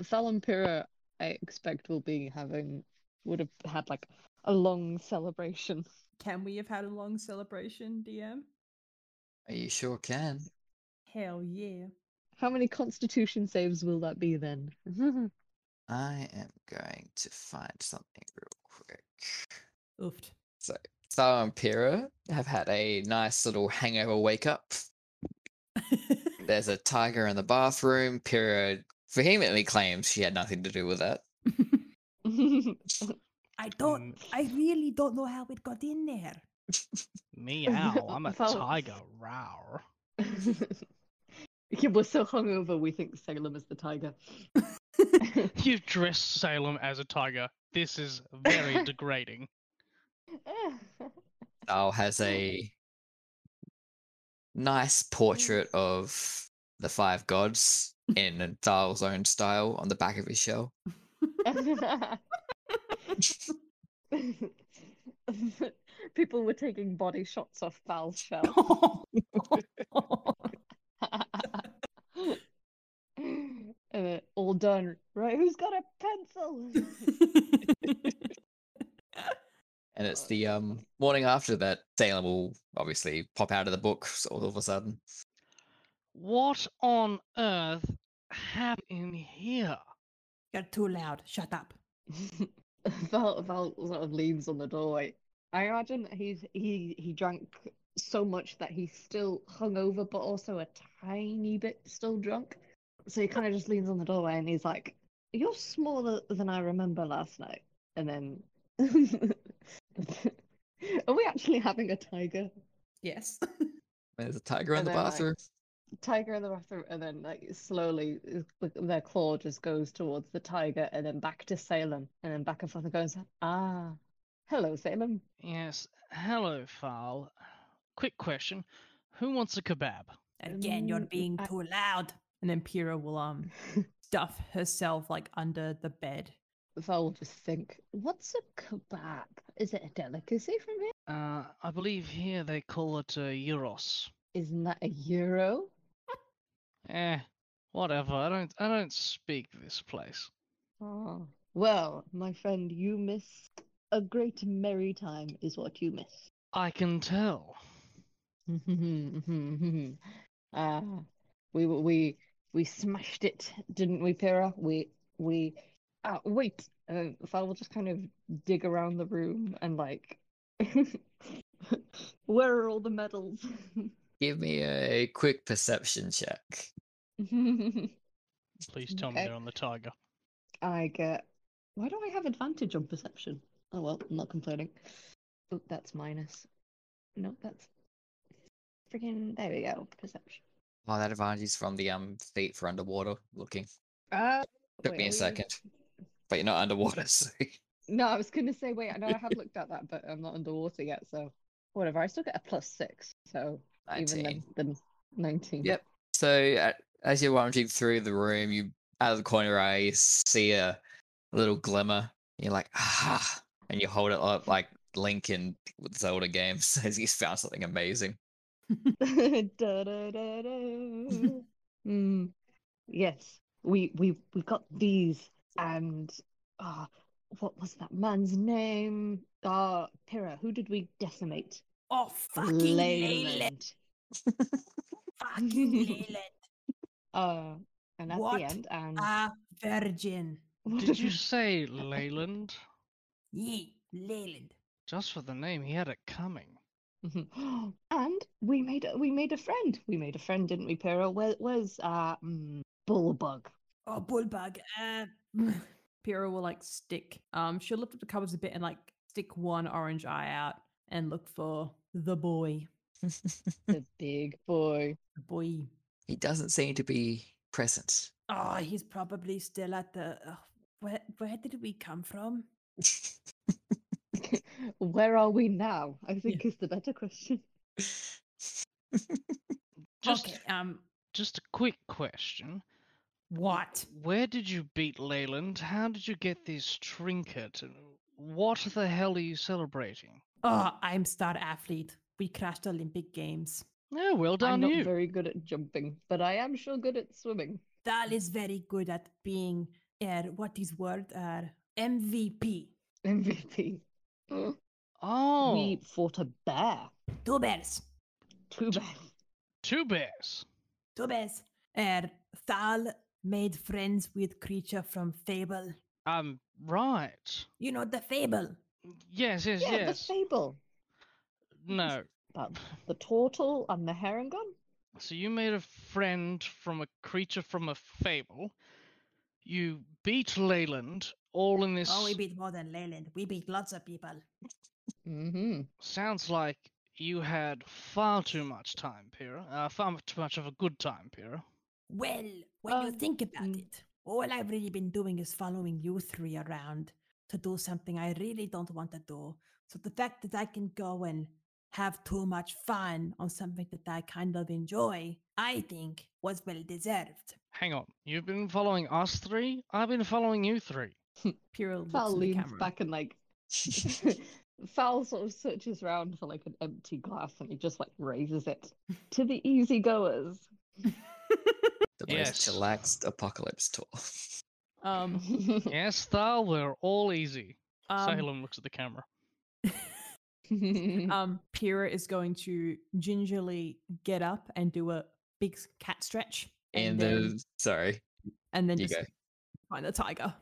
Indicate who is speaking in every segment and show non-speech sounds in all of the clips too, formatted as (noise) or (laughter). Speaker 1: Salampira, I expect will be having would have had like a long celebration.
Speaker 2: Can we have had a long celebration, DM?
Speaker 3: You sure can.
Speaker 2: Hell yeah.
Speaker 1: How many Constitution saves will that be (laughs) then?
Speaker 3: I am going to find something real quick.
Speaker 2: (laughs) Oofed.
Speaker 3: So, Sarah and Pyrrha have had a nice little hangover wake up. There's a tiger in the bathroom. Pyrrha vehemently claims she had nothing to do with that.
Speaker 2: I
Speaker 4: don't-
Speaker 2: I really don't know how it got in (laughs) there.
Speaker 4: Meow, I'm a
Speaker 1: Follow-
Speaker 4: tiger. Row.
Speaker 1: Yeah, We're so hungover, we think Salem is the tiger.
Speaker 4: (laughs) You dress Salem as a tiger. This is very degrading.
Speaker 3: Al has
Speaker 1: Hmm.
Speaker 3: a nice portrait of the five gods in Thal's own style on the back of his shell.
Speaker 1: (laughs) People were taking body shots off (laughs) Val's shell. Uh, all done. Right, who's got a pencil? (laughs)
Speaker 3: And it's
Speaker 1: Oh,
Speaker 3: the um, morning after that Salem will obviously pop out of the book s- all of a sudden.
Speaker 4: What on earth happened here?
Speaker 2: You're too loud. Shut up.
Speaker 1: Val, Val sort of leans on the doorway. I imagine that he's he he drank so much that he's still hungover, but also a tiny bit still drunk. So he kind of just leans on the doorway and he's like, "You're smaller than I remember last night." And then, (laughs) are we actually having a tiger
Speaker 2: Yes.
Speaker 3: There's a tiger in
Speaker 1: And
Speaker 3: the
Speaker 1: then, like,
Speaker 3: bathroom.
Speaker 1: tiger in the bathroom? And then like slowly, uh, like, their claw just goes towards the tiger, and then back to Salem, and then back and forth and goes, "Ah, hello, Salem."
Speaker 4: Yes, hello, Fal. Quick question. Who wants a kebab?
Speaker 2: Again, you're
Speaker 1: Mm,
Speaker 2: being
Speaker 1: I-
Speaker 2: too loud. And then Pyrrha will um stuff herself like under the bed.
Speaker 1: Val will just think, what's a kebab? Is it a delicacy from here?
Speaker 4: Uh, I believe here they call it uh, gyros.
Speaker 1: Isn't that a euro?
Speaker 4: Eh, whatever. I don't. I don't speak this place.
Speaker 1: Oh. Well, my friend, you miss a great merry time is what you
Speaker 4: I can tell.
Speaker 1: Mm-hmm, miss. Ah, we w- we we smashed it, didn't we, Pyrrha? We we ah wait. Uh, Val will just kind of dig around the room and like, (laughs) where are all the medals? (laughs)
Speaker 3: Give me a quick perception check.
Speaker 4: Please tell me
Speaker 1: Okay.
Speaker 4: they're on the tiger.
Speaker 1: I get. Why do I have advantage on perception? Oh well, I'm not complaining. Oh, that's minus. No, that's freaking. There we go. Perception.
Speaker 3: Oh, that advantage is from the um feet for underwater looking.
Speaker 1: Uh,
Speaker 3: Took
Speaker 1: wait,
Speaker 3: me
Speaker 1: are
Speaker 3: a
Speaker 1: we-
Speaker 3: second, but you're not underwater, (laughs) so
Speaker 1: No, I was gonna say wait. I know I
Speaker 2: (laughs)
Speaker 1: have looked at that, but I'm not underwater yet, so whatever. I still get a plus six, so even
Speaker 3: nineteen.
Speaker 1: then, then nineteen. (laughs)
Speaker 3: Yep. So a- as you're wandering through the room, you out of the corner of your eye you see a little glimmer. And you're like, ah, and you hold it up like Link in with Zelda games (laughs) says he's found something amazing. (laughs)
Speaker 1: da, da, da, da. mm. Yes, we we we got these, and ah, what was that man's name? Ah, Pyrrha. Who did we decimate?
Speaker 2: Oh fucking Leyland.
Speaker 1: Leyland.
Speaker 2: (laughs) Fucking Leyland.
Speaker 1: Uh, and at
Speaker 2: What
Speaker 1: the end, and (laughs)
Speaker 2: A virgin.
Speaker 4: Did you say Leyland?
Speaker 2: Ye Leyland.
Speaker 4: Just for the name, he had it coming.
Speaker 1: Mhm. (gasps) and we made a, we made a friend. We made a friend, didn't we, Pyrrha? Where, where's uh mm, Bullbug?
Speaker 2: Oh bullbug. Uh (laughs) Pyrrha will like stick. Um she'll lift up the covers a bit and like stick one orange eye out and look for the boy.
Speaker 1: The big boy.
Speaker 2: The boy.
Speaker 3: he doesn't seem to be (laughs) present.
Speaker 2: Oh, he's probably still at the. Uh, where where did we come from?
Speaker 1: Where are we now? I think is the better question.
Speaker 4: Just,
Speaker 2: okay. Um.
Speaker 4: just a quick question.
Speaker 2: What?
Speaker 4: Where did you beat Leyland? How did you get this trinket? And What the hell are you celebrating?
Speaker 2: Oh, I'm star athlete. We crashed Olympic games.
Speaker 4: Oh, well done,
Speaker 1: I'm not
Speaker 4: you.
Speaker 1: very good at jumping, but I am sure good at swimming. (laughs)
Speaker 2: Dal is very good at being uh, what is word uh, MVP.
Speaker 1: MVP. (gasps)
Speaker 4: Oh,
Speaker 1: We fought a bear.
Speaker 2: Two bears.
Speaker 1: Two bears.
Speaker 4: two bears.
Speaker 2: Two bears. Uh, Thal made friends with creature from Fable.
Speaker 4: Um, right.
Speaker 2: You know the Fable.
Speaker 4: Yes, yes,
Speaker 1: Yeah,
Speaker 4: yes.
Speaker 1: the fable.
Speaker 4: No.
Speaker 1: About the turtle and the herringon.
Speaker 4: So you made a friend from a creature from a fable. You beat Leyland all in this.
Speaker 2: Oh, we beat more than Leyland. We beat lots of people.
Speaker 1: Mm-hmm.
Speaker 4: Sounds like you had far too much time, Pyrrha. Uh, far too much of a good time, Pyrrha.
Speaker 2: Well, when you
Speaker 1: Um,
Speaker 2: think about
Speaker 1: mm.
Speaker 2: it, all I've really been doing is following you three around to do something I really don't want to do. So the fact that I can go and have too much fun on something that I kind of enjoy, I think was well deserved.
Speaker 4: Hang on. You've been following us three? I've been following
Speaker 2: (laughs)
Speaker 4: you three.
Speaker 2: Pyrrha looks
Speaker 1: Fowl
Speaker 2: at the
Speaker 1: leans
Speaker 2: camera.
Speaker 1: back and like (laughs) Fowl sort of searches round for like an empty glass and he just like raises it to the easygoers.
Speaker 3: The
Speaker 4: Yes.
Speaker 3: most chillaxed apocalypse tour.
Speaker 2: (laughs)
Speaker 1: (laughs)
Speaker 2: um,
Speaker 4: yes, Thal, we're all easy.
Speaker 2: um,
Speaker 4: Salem looks at the camera.
Speaker 3: Mm.
Speaker 1: (laughs)
Speaker 2: um, Pyrrha is going to gingerly get up and do a big s- cat stretch,
Speaker 3: And then, sorry,
Speaker 2: and then
Speaker 3: you
Speaker 2: just
Speaker 3: go.
Speaker 2: find the tiger.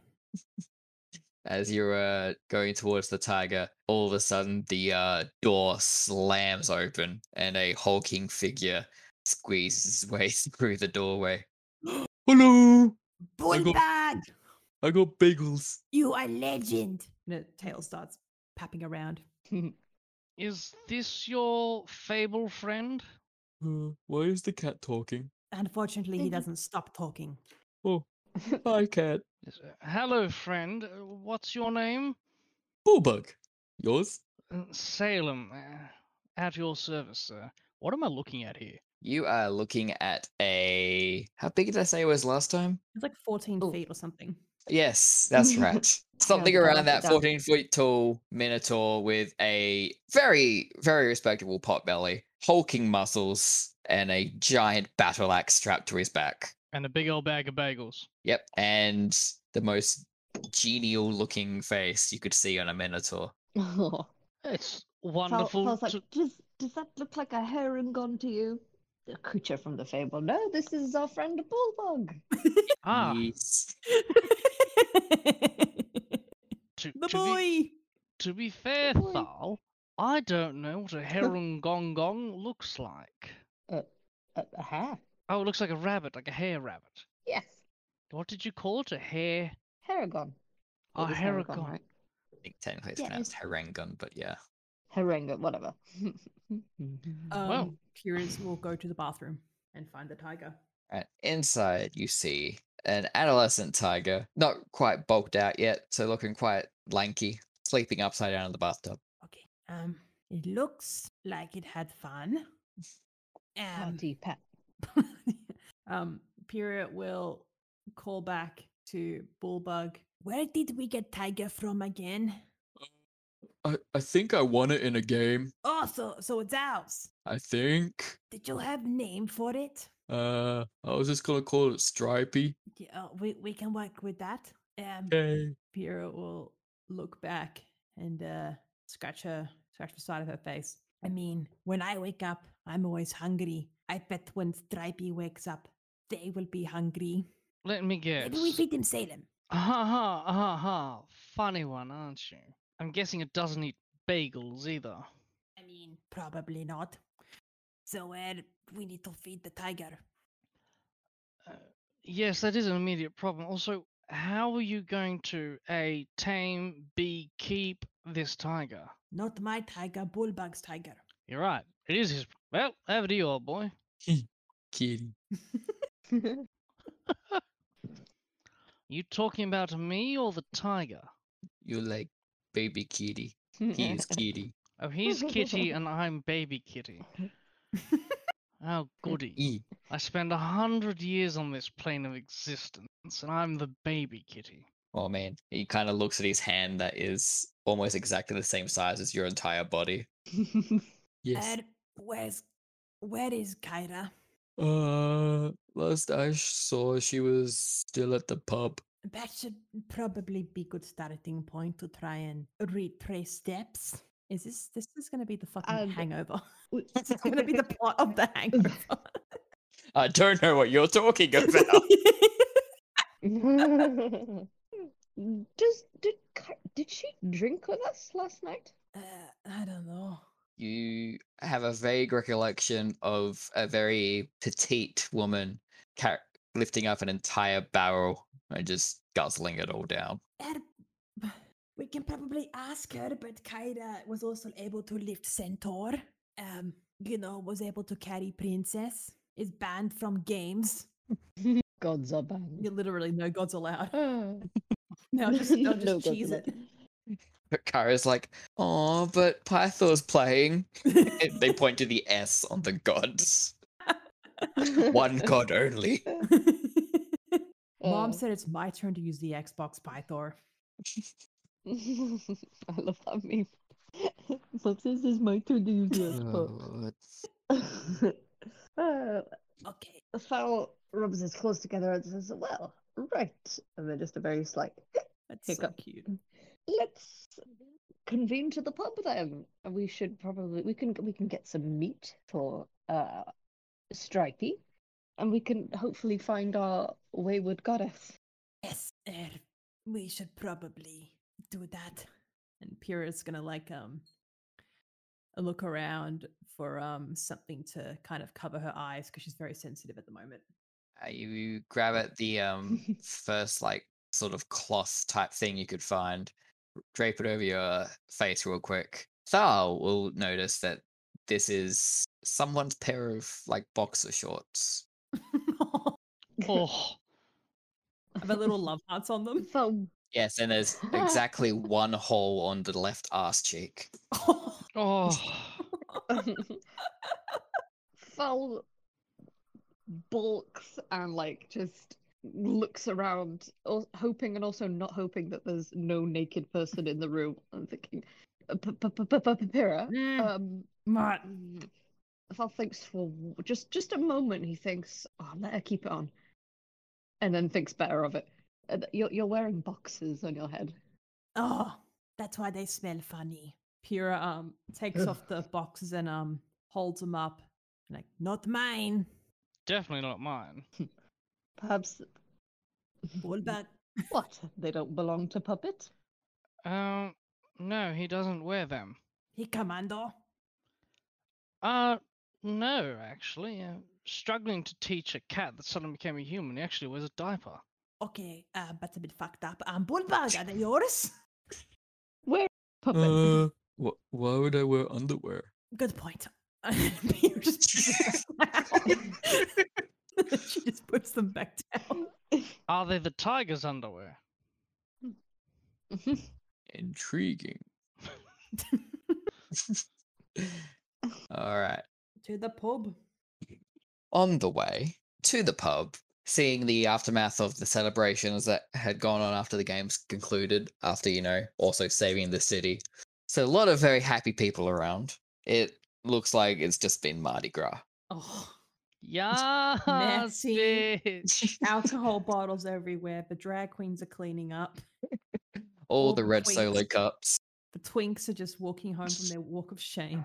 Speaker 3: As you're uh, going towards the tiger, all of a sudden the uh, door slams open and a hulking figure squeezes his (laughs) way through the doorway. Hello! go-
Speaker 2: Bullbag,
Speaker 3: I got bagels.
Speaker 2: you are legend. And a tail starts papping around.
Speaker 4: Is this your fable friend?
Speaker 3: Uh, why is the cat talking?
Speaker 2: Unfortunately, he
Speaker 1: Thank you.
Speaker 2: doesn't stop talking.
Speaker 3: Hi, cat.
Speaker 4: Yes, uh, Hello, friend. Uh, What's your name?
Speaker 3: Bullbug. Yours?
Speaker 4: Uh, Salem. uh, At your service, sir. What am I looking at here?
Speaker 3: You are looking at a. How big did I say it was last time?
Speaker 2: It's like 14
Speaker 1: Oh.
Speaker 2: feet or (laughs) something.
Speaker 3: Yes, that's right. Something
Speaker 1: I'll
Speaker 3: around
Speaker 1: write
Speaker 3: that
Speaker 1: it down.
Speaker 3: 14 foot tall minotaur with a very, very respectable pot belly, hulking muscles, and a giant battle axe strapped to his back.
Speaker 4: And a big old bag of bagels.
Speaker 3: Yep. And the most genial looking face you could see on a minotaur.
Speaker 1: oh.
Speaker 4: It's
Speaker 1: Fowl,
Speaker 4: wonderful.
Speaker 1: Fowl's
Speaker 4: to-
Speaker 1: like, does does that look like a herringon to you? The creature from the fable. No, this is our friend the bulldog.
Speaker 4: ah,
Speaker 3: Yes.
Speaker 4: to,
Speaker 2: the
Speaker 4: to be,
Speaker 2: boy!
Speaker 4: to be fair,
Speaker 1: boy.
Speaker 4: Thal, I don't know
Speaker 2: (laughs)
Speaker 4: what a heron gong gong looks like.
Speaker 1: A, a hare.
Speaker 4: Oh, it looks like a rabbit, like a hare rabbit.
Speaker 1: Yes,
Speaker 4: What did you call it? A hare?
Speaker 1: herringon.
Speaker 4: A
Speaker 1: It is
Speaker 4: herringon.
Speaker 1: right?
Speaker 3: I think technically it's
Speaker 1: Yeah,
Speaker 3: pronounced Herengun, but yeah.
Speaker 1: Herringon, whatever. (laughs)
Speaker 2: Um,
Speaker 4: Well.
Speaker 2: Pyrrhus will go to the bathroom and find the tiger.
Speaker 3: And inside, you see an adolescent tiger, not quite bulked out yet, so looking quite lanky, sleeping upside down in the bathtub.
Speaker 2: Okay. Um, it looks like it had fun.
Speaker 3: Oh,
Speaker 2: Um,
Speaker 1: Party pet.
Speaker 2: (laughs) um, Pyrrha will call back to Bullbug. Where did we get tiger from again?
Speaker 3: I, I think I won it in a game.
Speaker 2: Oh, so, so it's ours.
Speaker 3: I think.
Speaker 2: Did you have name for it?
Speaker 3: Uh, I was just gonna call it Stripey.
Speaker 2: Yeah, uh, we we can work with that. Um,
Speaker 3: Okay.
Speaker 2: Pyrrha will look back and uh, scratch her scratch the side of her face. I mean, when I wake up, I'm always hungry. I bet when Stripey wakes up, they will be hungry.
Speaker 4: Let me guess.
Speaker 2: Maybe we
Speaker 4: (laughs)
Speaker 2: feed them Salem.
Speaker 4: Ha ha ha ha. Funny one, aren't you? I'm guessing it doesn't eat bagels either.
Speaker 2: I mean, probably not. So uh, we need to feed the tiger.
Speaker 4: Uh, yes, that is an immediate problem. Also, how are you going to A, tame, B, keep this tiger?
Speaker 2: Not my tiger, Bullbug's tiger.
Speaker 4: You're right. It is his. Well, over to you, old boy.
Speaker 3: Kitty.
Speaker 4: You talking about me or the tiger?
Speaker 3: You like baby kitty. He
Speaker 1: (laughs)
Speaker 3: (laughs) is kitty.
Speaker 2: (laughs)
Speaker 4: Oh, he's kitty and I'm baby kitty. Oh, goody.
Speaker 3: E.
Speaker 4: I spend a hundred years on this plane of existence and I'm the baby kitty.
Speaker 3: Oh man, he kind of looks at his hand that is almost exactly the same size as your entire body.
Speaker 2: Er, where's where is Kyra?
Speaker 3: Uh, last I saw, she was still at the pub.
Speaker 2: That should probably be good starting point to try and retrace steps. Is this this is going to be the fucking
Speaker 1: And-
Speaker 2: hangover? (laughs) this is going to be the plot of the hangover.
Speaker 3: I don't know what you're (laughs) talking about.
Speaker 1: (laughs) Does did Ki- did she drink with us last night?
Speaker 2: (laughs) uh, I don't know.
Speaker 3: you have a vague recollection of a very petite woman car- lifting up an entire barrel and just guzzling it all down.
Speaker 2: Er- (sighs) we can probably ask her, but Kaira was also able to lift Centaur. Um, you know, was able to carry Princess. Is banned from games.
Speaker 1: Gods are banned. (sighs)
Speaker 2: You literally no gods allowed. (laughs)
Speaker 1: Ah.
Speaker 2: No, just, no, just
Speaker 1: (laughs) No gods
Speaker 2: cheese
Speaker 1: allowed.
Speaker 2: it.
Speaker 3: But Kara's like, oh, but Pythor's playing.
Speaker 2: (laughs)
Speaker 1: (laughs)
Speaker 3: And they point to the S on the (laughs) gods.
Speaker 2: (laughs)
Speaker 3: One god only.
Speaker 2: Mom
Speaker 1: Uh,
Speaker 2: said it's my turn to use the Xbox Pythor.
Speaker 1: (laughs) I love that meme. (laughs) Mom says it's my turn to use the
Speaker 3: Uh,
Speaker 1: Xbox. (laughs) Uh,
Speaker 2: Okay.
Speaker 1: Fowl rubs his claws together and says, Well, right. And then just a very slight,
Speaker 2: That's
Speaker 1: so Hiccup.
Speaker 2: cute.
Speaker 1: let's convene to the pub then. We should probably we can we can get some meat for uh Stripey. And we can hopefully find our wayward goddess.
Speaker 2: Yes, er, we should probably do that. And Pyrrha's gonna like um look around for um something to kind of cover her eyes because she's very sensitive at the moment. (laughs)
Speaker 3: Uh, you grab at the um first like sort of cloth type thing you could find, r- drape it over your face real quick. Thal will notice that this is someone's pair of like boxer shorts.
Speaker 1: (laughs)
Speaker 4: Oh,
Speaker 2: Have a little (laughs) love hearts on them.
Speaker 1: Fowl
Speaker 3: Yes, and there's exactly one hole on the left arse cheek.
Speaker 4: oh.
Speaker 1: (laughs) Fowl balks and like just looks around, al- hoping and also not hoping that there's no naked person in the room. I'm thinking, "Uh, P- P- P- P- P- Pyrrha.
Speaker 2: Mm,
Speaker 1: Um,
Speaker 2: Mart.
Speaker 1: Val thinks for w- just just a moment. He thinks, "Oh, let her keep it on," and then thinks better of it. And You're you're wearing boxes on your head.
Speaker 2: Oh, that's why they smell funny. Pyrrha um takes
Speaker 1: Ugh.
Speaker 2: off (sighs) the boxes and um holds them up. Like, not mine.
Speaker 4: Definitely not mine.
Speaker 1: Perhaps
Speaker 2: All back.
Speaker 1: what? They don't belong to puppet.
Speaker 4: Um, no, he doesn't wear them.
Speaker 2: (laughs) He commando.
Speaker 4: Uh, no, actually. Uh, struggling to teach a cat that suddenly became a human, he actually wears a diaper.
Speaker 2: Okay, uh, that's a bit fucked up. Um, Bulbas, are they yours?
Speaker 1: Where
Speaker 3: Oh,
Speaker 1: puppet?
Speaker 3: Uh, wh- why would I wear underwear?
Speaker 2: Good point. (laughs) You're just- (laughs) she just puts them back down.
Speaker 4: Are they the tiger's underwear?
Speaker 1: (laughs)
Speaker 3: Intriguing. All right.
Speaker 2: (laughs) to the pub.
Speaker 3: on the way to the pub, seeing the aftermath of the celebrations that had gone on after the games concluded, after, you know, also saving the city. So, a lot of very happy people around. It looks like it's just been Mardi Gras.
Speaker 2: Oh,
Speaker 4: Yes,
Speaker 2: messy.
Speaker 4: bitch.
Speaker 2: (laughs) alcohol bottles everywhere. The drag queens are cleaning up.
Speaker 3: All
Speaker 2: All
Speaker 3: the
Speaker 2: the
Speaker 3: red
Speaker 2: twinks.
Speaker 3: solo cups.
Speaker 2: The twinks are just walking home from their walk of shame.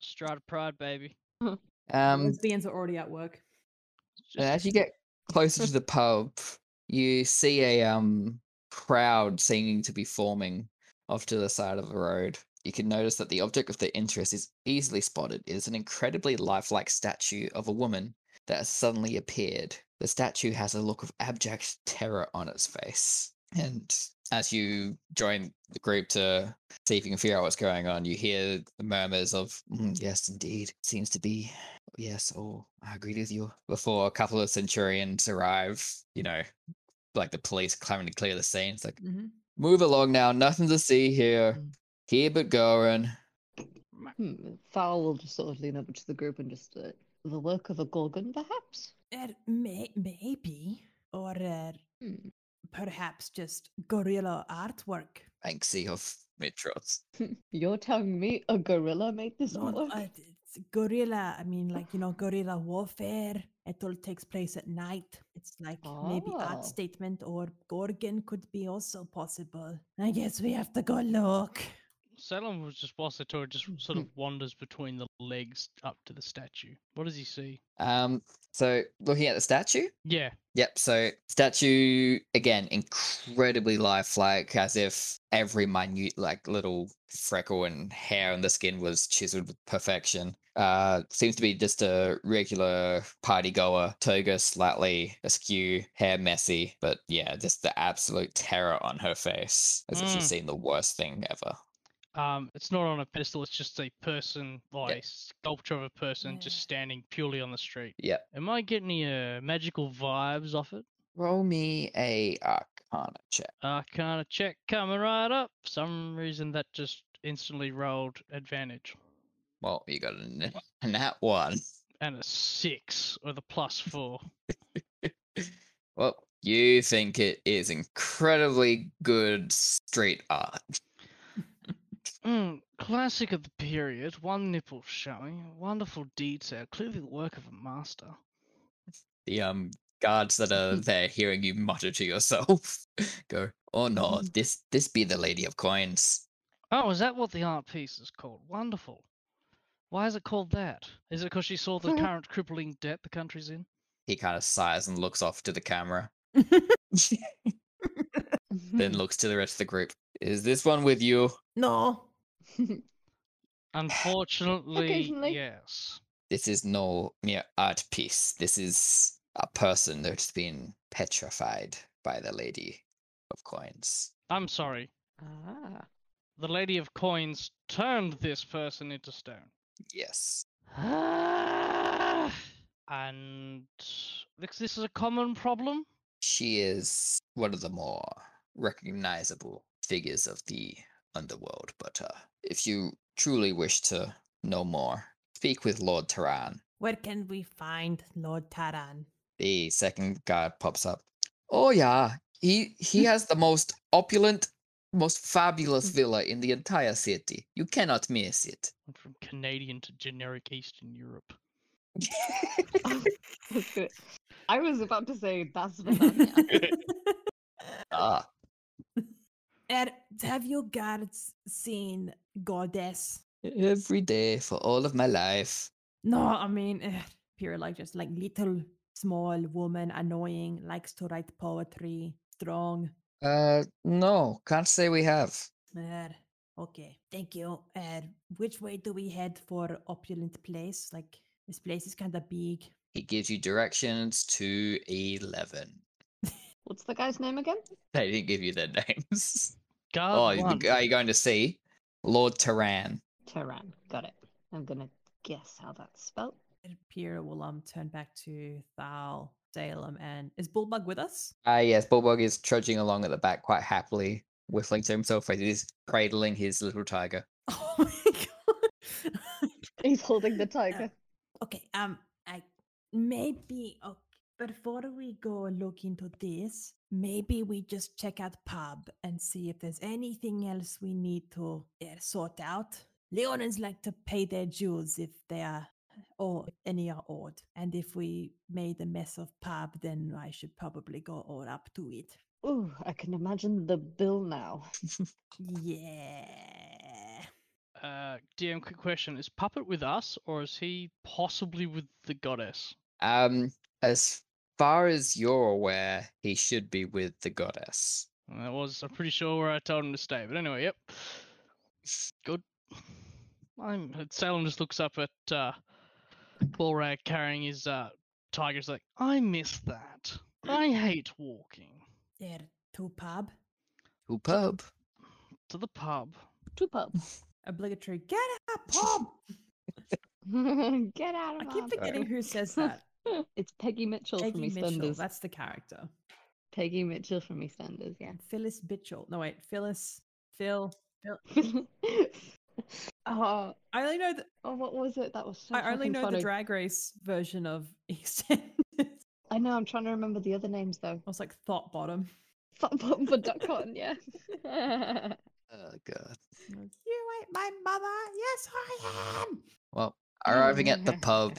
Speaker 4: Stride pride, baby.
Speaker 3: Um,
Speaker 2: Lesbians are already at work.
Speaker 4: Just-
Speaker 3: And as you get closer to the pub, you see a um crowd seeming to be forming off to the side of the road. You can notice that the object of their interest is easily spotted. It is an incredibly lifelike statue of a woman that has suddenly appeared. The statue has a look of abject terror on its face. And as you join the group to see if you can figure out what's going on, you hear the murmurs of, "Mm, yes, indeed, seems to be Yes, oh, I agreed with you. Before a couple of centurions arrive, you know, like the police coming to clear the scene. It's like,
Speaker 2: Mm-hmm.
Speaker 3: move along now, nothing to see here.
Speaker 1: Mm.
Speaker 3: Here but going.
Speaker 1: Hmm. Fowl will just sort of lean over to the group and just uh, the work of a gorgon, perhaps.
Speaker 2: Er, may- maybe. Or er,
Speaker 1: Hmm.
Speaker 2: perhaps just gorilla artwork.
Speaker 3: Banksy of Mitros.
Speaker 1: You're telling me a gorilla made this
Speaker 2: No,
Speaker 1: (laughs) work?
Speaker 2: uh, it's gorilla. I mean, like you know, gorilla warfare. It all takes place at night. It's like maybe
Speaker 1: Oh.
Speaker 2: art statement or Gorgon could be also possible. I guess we have to go look.
Speaker 4: Salem was just whilst they tour just sort of wanders between the legs up to the statue. What does he see?
Speaker 3: Um, so looking at the statue.
Speaker 4: Yeah.
Speaker 3: Yep. So statue again, incredibly lifelike, as if every minute, like little freckle and hair on the skin was chiseled with perfection. Uh, seems to be just a regular party goer, toga slightly askew, hair messy, but yeah, just the absolute terror on her face, as if she's
Speaker 4: Mm.
Speaker 3: seen the worst thing ever.
Speaker 4: Um, it's not on a pedestal. It's just a person, or
Speaker 3: Yeah.
Speaker 4: a sculpture of a person, just
Speaker 2: Yeah.
Speaker 4: standing purely on the street.
Speaker 3: Yeah.
Speaker 4: Am I getting any uh, magical vibes off it?
Speaker 3: Roll me a Arcana check.
Speaker 4: I kind of check coming right up. For some reason that just instantly rolled advantage
Speaker 3: Well, you got a that one.
Speaker 4: and a six with a plus (laughs) four.
Speaker 3: Well, you think it is incredibly good street art.
Speaker 4: Mm, classic of the period. One nipple showing. Wonderful detail. Clearly the work of a master.
Speaker 3: The um guards that are there hearing you mutter to yourself (laughs) go, "Oh no, this this be the lady of coins."
Speaker 4: Oh, is that what the art piece is called? Wonderful. Why is it called that? Is it because she saw the current crippling debt the country's in?
Speaker 3: He kind of sighs and looks off to the camera, then looks to the rest of the group. Is this one with you?
Speaker 2: no.
Speaker 4: Unfortunately,
Speaker 1: Occasionally.
Speaker 4: yes.
Speaker 3: This is no mere art piece. This is a person that's been petrified by the lady of coins.
Speaker 4: I'm sorry.
Speaker 1: ah.
Speaker 4: The Lady of Coins turned this person into stone.
Speaker 3: Yes.
Speaker 1: Ah.
Speaker 4: and this, this is a common problem.
Speaker 3: she is one of the more recognizable figures of the underworld. But uh, if you truly wish to know more, speak with Lord Taran.
Speaker 2: Where can we find Lord Taran?
Speaker 3: The second guard pops up. Oh yeah, he he has the most opulent, most fabulous villa in the entire city. You cannot miss it. (laughs)
Speaker 4: Went from Canadian to generic Eastern Europe.
Speaker 1: That's good. (laughs) I was about to say that's
Speaker 2: (laughs)
Speaker 1: Vidania.
Speaker 3: ah,
Speaker 2: Er, have you guards seen Goddess?
Speaker 3: every day for all of my life.
Speaker 2: No, I mean, (laughs) eh, pure like just like little small woman, annoying, likes to write poetry, strong.
Speaker 3: Uh, no, can't say we have.
Speaker 2: Er, okay, thank you. Er, which way do we head for opulent place? Like this place is kind of big.
Speaker 3: He gives you directions to eleven. (laughs)
Speaker 1: What's the guy's name again?
Speaker 3: They didn't give you their (laughs) names. Oh,
Speaker 4: Guard
Speaker 3: you-
Speaker 4: one.
Speaker 3: are you going to see Lord Taran?
Speaker 1: Tehran. Got it. I'm gonna guess how that's spelled.
Speaker 2: Er, Pure will um turn back to Thal, Salem, and is Bullbug with us? (laughs)
Speaker 3: Ah, yes, Bulbog is trudging along at the back quite happily, whistling to himself as he's cradling his little tiger.
Speaker 2: Oh my god. (laughs)
Speaker 1: He's holding the tiger.
Speaker 2: Okay, um, I maybe okay, before we go look into this, maybe we just check out pub and see if there's anything else we need to uh, sort out. Leonins like to pay their dues if they are or any are odd, and if we made a mess of pub, then I should probably go all up to it.
Speaker 1: Ooh, I can imagine the bill now.
Speaker 2: Yeah.
Speaker 4: Uh, DM, quick question: Is Puppet with us, or is he possibly with the goddess?
Speaker 3: Um, as far as you're aware, he should be with the goddess.
Speaker 4: And That was, I'm pretty sure, where I told him to stay. But anyway, yep. Good. I'm. Salem just looks up at uh, Borag carrying his uh, tigers. Like, I miss that. I hate walking
Speaker 2: There to pub.
Speaker 3: Who pub?
Speaker 4: to the pub.
Speaker 1: Two pubs.
Speaker 2: Obligatory get out pub.
Speaker 1: (laughs) Get out
Speaker 2: I
Speaker 1: of
Speaker 2: keep
Speaker 1: my
Speaker 2: forgetting who says that.
Speaker 1: pub. (laughs) It's Peggy Mitchell from
Speaker 2: Peggy
Speaker 1: EastEnders.
Speaker 2: Mitchell, that's the character.
Speaker 1: Peggy Mitchell from EastEnders, yeah.
Speaker 2: Phyllis Mitchell. No, wait, Phyllis, Phil.
Speaker 1: (laughs) oh,
Speaker 2: I only know the,
Speaker 1: oh, what was it? That was so
Speaker 2: I only
Speaker 1: fucking
Speaker 2: know
Speaker 1: funny.
Speaker 2: the Drag Race version of (laughs) EastEnders.
Speaker 1: I know, I'm trying to remember the other names though. (laughs)
Speaker 2: I was like Thought Bottom.
Speaker 1: Fat bottom for duck cotton, yeah. (laughs)
Speaker 3: Oh god.
Speaker 2: I was, You ain't my mother. Yes, I am.
Speaker 3: Well, arriving at the pub,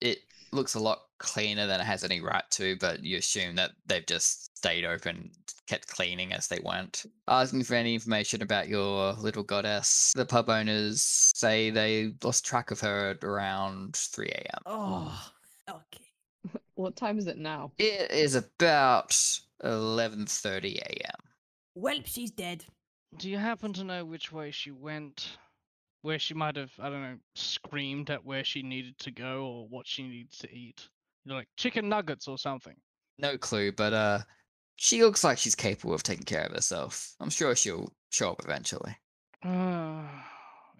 Speaker 3: it looks a lot cleaner than it has any right to, but you assume that they've just stayed open, kept cleaning as they went. Asking for any information about your little goddess, the pub owners say they lost track of her at around 3 a.m.
Speaker 2: Oh, okay.
Speaker 1: What time is it now?
Speaker 3: It is about 11:30 a.m.
Speaker 2: Well, she's dead.
Speaker 4: Do you happen to know which way she went? Where she might have, I don't know, screamed at where she needed to go or what she needed to eat? You know, like chicken nuggets or something. (sighs)
Speaker 3: No clue, but uh, she looks like she's capable of taking care of herself. I'm sure she'll show up eventually.
Speaker 4: Uh,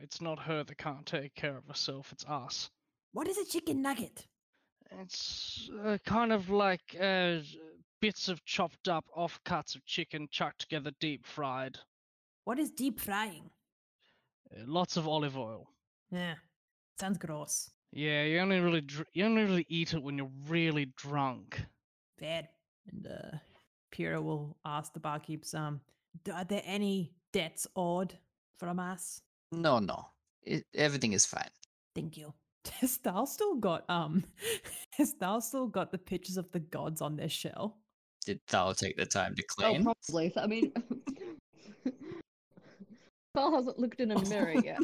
Speaker 4: it's not her that can't take care of herself, it's us.
Speaker 2: What is a chicken nugget?
Speaker 4: It's uh, kind of like uh, bits of chopped up offcuts of chicken chucked together, deep fried.
Speaker 2: What is deep frying?
Speaker 4: Uh, lots of olive oil.
Speaker 2: Yeah, sounds gross.
Speaker 4: Yeah, you only really dr- you only really eat it when you're really drunk.
Speaker 2: Fair. And uh, Pyrrha will ask the barkeeps, um, "D- are there any debts owed from us?
Speaker 3: No, no, it, everything is fine.
Speaker 2: Thank you. (laughs) Has Thal still got um? (laughs) Has Thal still got the pictures of the gods on their shell?
Speaker 3: Did Thal take the time to
Speaker 1: Oh,
Speaker 3: clean?
Speaker 1: probably. I mean, (laughs) Carl hasn't looked in a mirror
Speaker 2: (laughs)
Speaker 1: yet.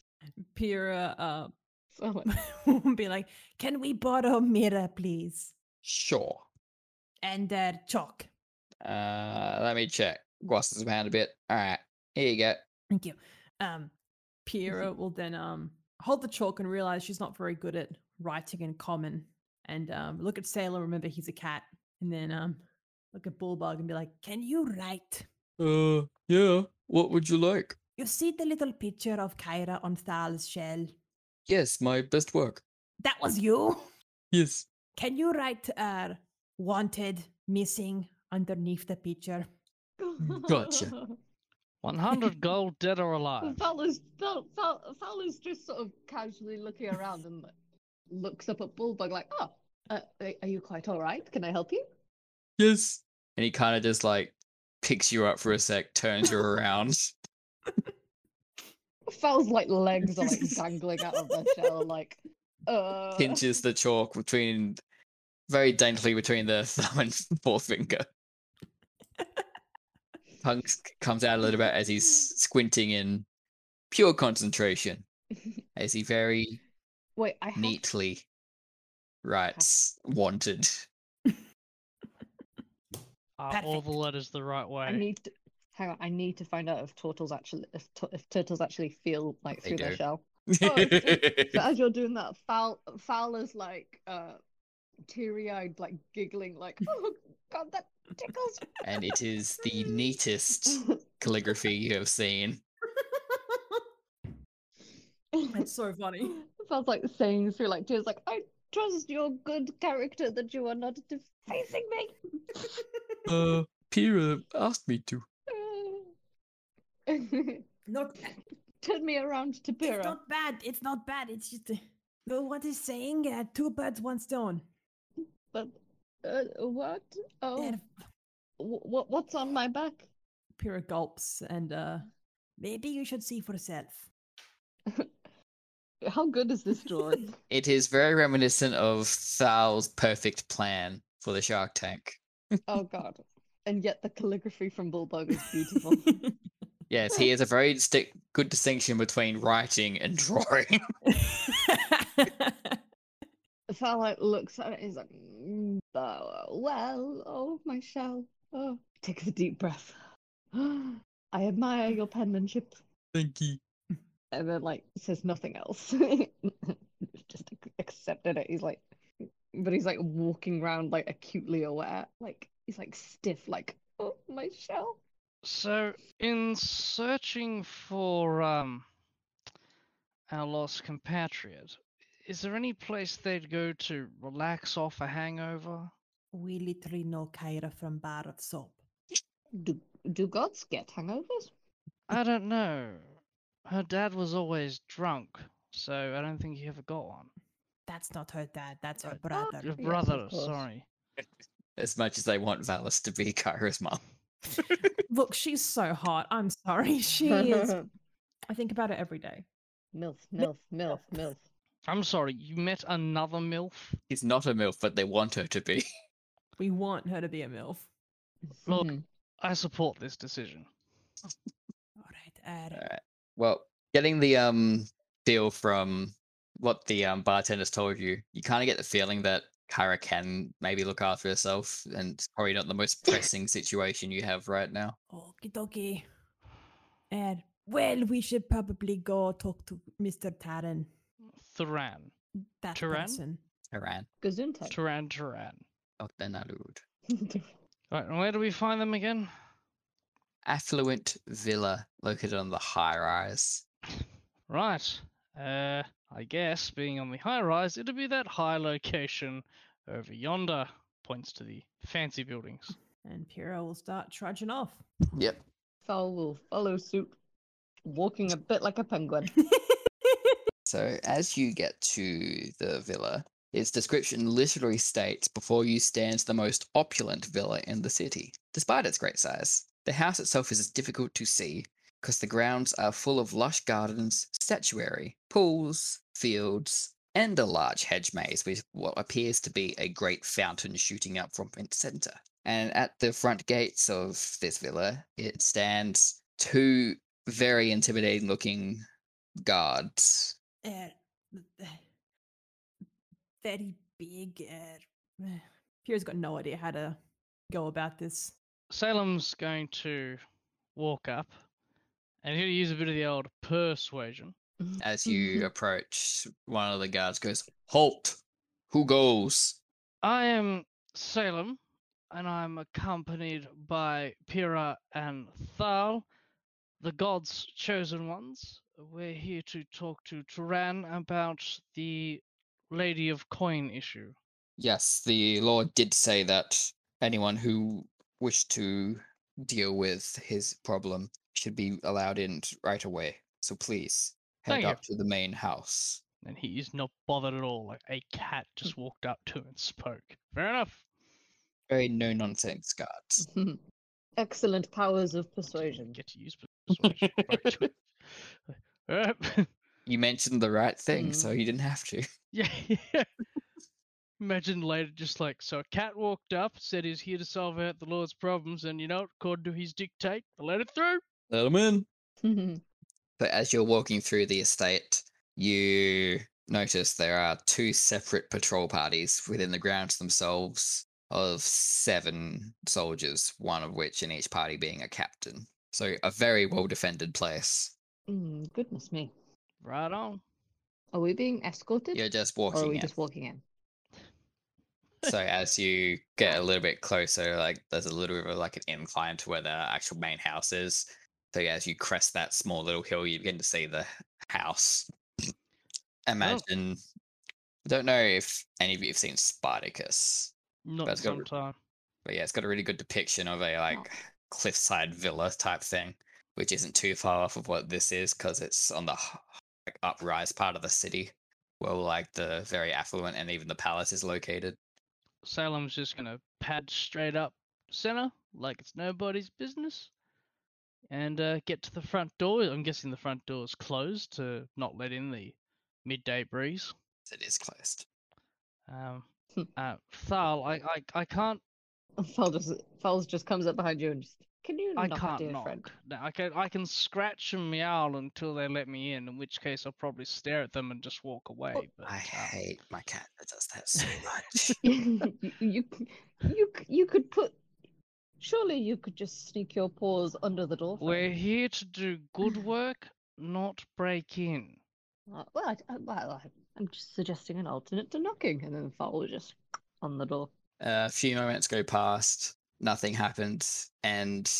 Speaker 1: (laughs)
Speaker 2: Pyrrha uh, (laughs)
Speaker 1: So like,
Speaker 2: will be like, "Can we borrow a mirror, please?"
Speaker 3: Sure.
Speaker 2: And uh, chalk.
Speaker 3: Uh, let me check. Glosses him out a bit. All right, here you go.
Speaker 2: Thank you. Um, Pyrrha will then um hold the chalk and realize she's not very good at writing in common, and um look at Sailor. Remember he's a cat, and then um look at Bulbug and be like, "Can you write?"
Speaker 3: Uh, yeah. What would you like?
Speaker 2: You see the little picture of Kyra on Thal's shell.
Speaker 3: Yes, my best work.
Speaker 2: That was you. (laughs)
Speaker 3: Yes.
Speaker 2: Can you write uh, wanted, missing underneath the picture?
Speaker 1: (laughs)
Speaker 3: Gotcha.
Speaker 4: One hundred gold, dead or alive.
Speaker 1: Fowler's, Fowl- Fowl- Fowler's just sort of casually looking around and like, looks up at Bulldog like, oh, uh, a- are you quite all right? Can I help you?
Speaker 3: Yes. And he kind of just like picks you up for a sec, turns you around.
Speaker 1: Fowler's like legs are like dangling out of their shell, like, (laughs) uh.
Speaker 3: pinches the chalk between very daintily between the (laughs) thumb and forefinger.
Speaker 1: (laughs)
Speaker 3: Tongue s- comes out a little bit as he's
Speaker 1: (laughs)
Speaker 3: squinting in pure concentration as he very
Speaker 1: (laughs) Wait, I have
Speaker 3: neatly writes wanted.
Speaker 4: Are all the
Speaker 2: Perfect.
Speaker 4: letters the right way?
Speaker 1: I need to hang on. I need to find out if turtles actually if, tu- if turtles actually feel like
Speaker 3: They
Speaker 1: through their
Speaker 3: do.
Speaker 1: shell. Oh, it's- So as you're doing that, Fowl Fowler's like uh, teary-eyed, like giggling, like oh god, that tickles.
Speaker 3: and it is the neatest calligraphy you have seen.
Speaker 2: (laughs)
Speaker 1: (laughs)
Speaker 2: That's so funny.
Speaker 1: Fowl's like saying through like tears, like I trust your good character that you are not defacing me.
Speaker 3: Uh, Pyrrha asked me to.
Speaker 1: (laughs)
Speaker 2: Not bad.
Speaker 1: Turn me around to
Speaker 2: It's
Speaker 1: Pyrrha.
Speaker 2: not bad. It's not bad. It's just. Uh, no one is saying uh, two birds, one stone.
Speaker 1: But uh, what? Oh,
Speaker 2: There,
Speaker 1: what? What's on my back?
Speaker 2: Pyrrha gulps and uh, maybe you should see for yourself.
Speaker 1: How good is this
Speaker 2: (laughs)
Speaker 1: drawing?
Speaker 3: It is very reminiscent of Thal's perfect plan for the Shark Tank.
Speaker 1: oh god. And yet the calligraphy from Bulldog is beautiful.
Speaker 3: Yes, he has a very distinct, good distinction between writing and (laughs) drawing.
Speaker 1: Farlight looks at it and he's like, "Mm, uh, well, oh my shell. Oh. Takes a deep breath. (gasps) I admire your penmanship.
Speaker 3: Thank you.
Speaker 1: And then like says nothing else. (laughs) Just ac- accepted it. He's like but he's like walking around like acutely aware. Like he's like stiff, like, oh my shell.
Speaker 4: So, in searching for um our lost compatriot, is there any place they'd go to relax off a hangover?
Speaker 2: (laughs) we literally know Kyra from Bar of Soap.
Speaker 1: Do do gods get hangovers?
Speaker 4: I don't know. Her dad was always drunk, so I don't think he ever got one.
Speaker 2: That's not her dad. That's (laughs) her
Speaker 1: Oh,
Speaker 2: brother.
Speaker 4: Your
Speaker 1: Yes, of
Speaker 4: brother,
Speaker 1: course.
Speaker 4: sorry.
Speaker 3: As much as they want Valis to be (laughs) Kyra's mom.
Speaker 2: Look, she's so hot. I'm (laughs)
Speaker 1: (laughs)
Speaker 2: sorry. She is. I think about it every day.
Speaker 1: Milf, milf, milf, milf.
Speaker 4: I'm sorry, you met another MILF?
Speaker 3: She's not a MILF, but they want her to be.
Speaker 5: We want her to be a MILF.
Speaker 4: Look.
Speaker 1: Hmm.
Speaker 4: I support this decision.
Speaker 2: All right, add.
Speaker 3: All right. Well, getting the um feel from what the um bartender's told you, you kind of get the feeling that Kara can maybe look after herself, and it's probably not the most pressing situation you have right now.
Speaker 2: Okie dokie. And Er, well, we should probably go talk to Mr. Taran.
Speaker 4: Thuran.
Speaker 2: That
Speaker 4: Taran?
Speaker 2: person.
Speaker 3: Iran,
Speaker 1: Gesundheit.
Speaker 4: Turan Turan.
Speaker 3: Dr. Narud.
Speaker 1: (laughs)
Speaker 4: Alright, and where do we find them again?
Speaker 3: Affluent villa located on the high rise.
Speaker 4: Right. Uh I guess being on the high rise, it'll be that high location over yonder. Points to the fancy buildings.
Speaker 2: And Pyrrha will start trudging (laughs) off.
Speaker 3: Yep.
Speaker 1: Fowl will follow suit, walking a bit like a penguin. (laughs)
Speaker 3: So as you get to the villa, its description literally states before you stands the most opulent villa in the city, despite its great size. The house itself is difficult to see because the grounds are full of lush gardens, statuary, pools, fields, and a large hedge maze with what appears to be a great fountain shooting up from its center. And at the front gates of this villa, it stands two very intimidating looking guards
Speaker 2: Er, very big. Er,
Speaker 5: Pierre's got no idea how to go about this.
Speaker 4: Salem's going to walk up and he'll use a bit of the old persuasion.
Speaker 3: as you approach, one of the guards goes, Halt! Who goes?
Speaker 4: I am Salem, and I'm accompanied by Pyrrha and Thal, the gods' chosen ones. We're here to talk to Turan about the Lady of Coin issue.
Speaker 3: Yes, the Lord did say that anyone who wished to deal with his problem should be allowed in t- right away. So please head
Speaker 4: Thank you.
Speaker 3: up to the main house.
Speaker 4: And he is not bothered at all, like a cat just walked up to him and spoke. Fair enough.
Speaker 3: Very no nonsense guards.
Speaker 1: Excellent powers of persuasion.
Speaker 4: Get to use persuasion. Right. (laughs) Yep.
Speaker 3: You mentioned the right thing,
Speaker 1: Mm.
Speaker 3: so you didn't have to.
Speaker 4: Yeah. (laughs) Imagine later, just like so. A cat walked up, said he's here to solve out the Lord's problems, and you know, according to his dictate, I let it through.
Speaker 3: Let him in.
Speaker 1: (laughs)
Speaker 3: But as you're walking through the estate, you notice there are two separate patrol parties within the grounds themselves of seven soldiers, one of which in each party being a captain. So a very well defended place.
Speaker 1: Mm, goodness me.
Speaker 4: Right on.
Speaker 1: Are we being escorted?
Speaker 3: You're just
Speaker 1: or are
Speaker 3: walking
Speaker 1: we
Speaker 3: in.
Speaker 1: just walking in?
Speaker 3: so as you get a little bit closer, like there's a little bit of like an incline to where the actual main house is. So yeah, as you crest that small little hill, you begin to see the house. Imagine. I don't know if any of you have seen Spartacus,
Speaker 4: Not
Speaker 3: That's got
Speaker 4: in some
Speaker 3: re-
Speaker 4: time.
Speaker 3: but yeah, it's got a really good depiction of a like cliffside villa type thing, which isn't too far off of what this is because it's on the h- like uprise part of the city, where like the very affluent and even the palace is located.
Speaker 4: Salem's just gonna pad straight up center, like it's nobody's business, and uh, get to the front door. I'm guessing the front door's closed to not let in the midday breeze.
Speaker 3: It is closed.
Speaker 4: Um,
Speaker 1: Hmm.
Speaker 4: uh, Thal, I, I, I can't
Speaker 1: Fowl just, Fowl just comes up behind you and just, can you
Speaker 4: I
Speaker 1: knock,
Speaker 4: can't
Speaker 1: dear
Speaker 4: knock.
Speaker 1: friend?
Speaker 4: No, I can I can scratch and meow until they let me in, in which case I'll probably stare at them and just walk away. But
Speaker 3: I
Speaker 4: uh,
Speaker 3: hate my cat that does that (laughs) so much.
Speaker 1: (laughs) you, you, c- you, c- you could put, surely you could just sneak your paws under the door. frame.
Speaker 4: we're here to do good work, not break in.
Speaker 1: Uh, well, I, I, well I, I'm just suggesting an alternate to knocking, and then Fowl was just on the door.
Speaker 3: a few moments go past, nothing happens, and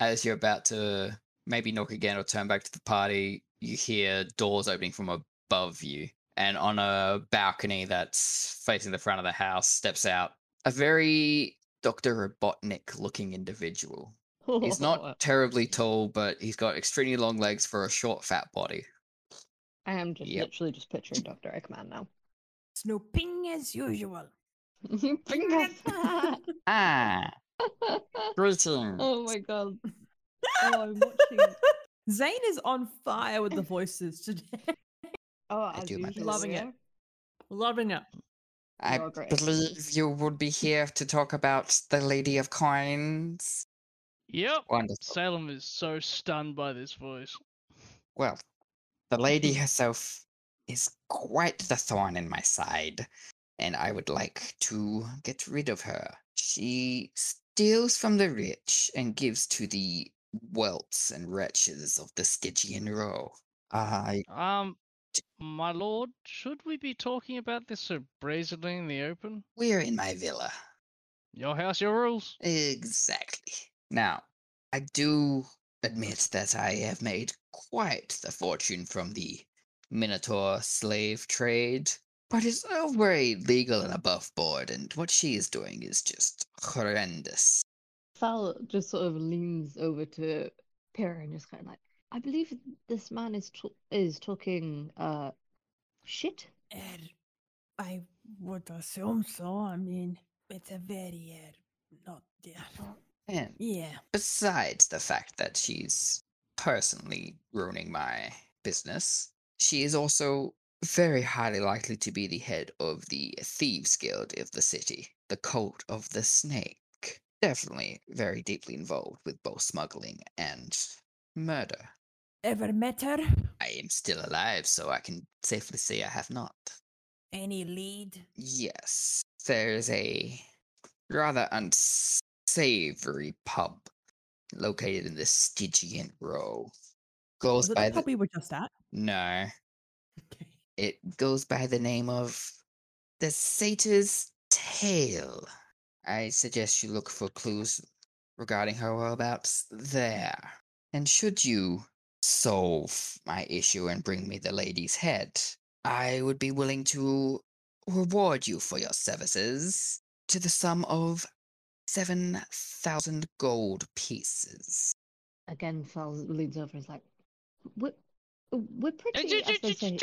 Speaker 3: as you're about to maybe knock again or turn back to the party, you hear doors opening from above you. And on a balcony that's facing the front of the house steps out a very Dr. Robotnik looking individual.
Speaker 1: (laughs)
Speaker 3: He's not (laughs) terribly tall, but he's got extremely long legs for a short, fat body.
Speaker 1: I am just
Speaker 3: Yep.
Speaker 1: literally just picturing Dr. Eggman now. (laughs)
Speaker 2: Snooping as (laughs) usual.
Speaker 1: (laughs) Fingers.
Speaker 2: Oh,
Speaker 3: Ah, greetings.
Speaker 1: oh my god. Oh, I'm watching.
Speaker 2: (laughs)
Speaker 5: Zane is on fire with the voices today.
Speaker 1: Oh,
Speaker 3: I
Speaker 1: as
Speaker 3: do my
Speaker 1: Oh, usual,
Speaker 5: best. Loving it.
Speaker 1: yeah.
Speaker 2: (laughs) Loving it.
Speaker 3: I
Speaker 1: You're great.
Speaker 3: believe you would be here to talk about the Lady of Coins.
Speaker 4: Yep.
Speaker 3: Wonderful.
Speaker 4: Salem is so stunned by this voice.
Speaker 3: Well, the lady herself is quite the thorn in my side, and I would like to get rid of her. She steals from the rich and gives to the welts and wretches of the Stygian row. I
Speaker 4: Um, my lord, should we be talking about this so brazenly in the open?
Speaker 3: we're in my villa.
Speaker 4: Your house, your rules.
Speaker 3: Exactly. Now, I do admit that I have made quite the fortune from the Minotaur slave trade, but it's all very legal and above board, and what she is doing is just horrendous.
Speaker 1: Sal just sort of leans over to Pyrrha and is kind of like, I believe this man is t- is talking uh shit.
Speaker 2: Er, I would assume so. I mean, it's a very, er, not, yeah.
Speaker 3: And
Speaker 2: Yeah.
Speaker 3: besides the fact that she's personally ruining my business, she is also very highly likely to be the head of the Thieves Guild of the city, the Cult of the Snake. Definitely very deeply involved with both smuggling and murder.
Speaker 2: Ever met her?
Speaker 3: I am still alive, so I can safely say I have not.
Speaker 2: Any lead?
Speaker 3: Yes, there's a rather unsavory pub located in the Stygian Row. Goes
Speaker 5: Was it
Speaker 3: by
Speaker 5: the
Speaker 3: the,
Speaker 5: pub we were just at?
Speaker 3: no,
Speaker 5: Okay.
Speaker 3: it goes by the name of the Satyr's Tail. I suggest you look for clues regarding her whereabouts there. And should you solve my issue and bring me the lady's head, I would be willing to reward you for your services to the sum of 7,000 gold pieces.
Speaker 1: Again, Sal leans over and is like, we're, we're pretty, as they say,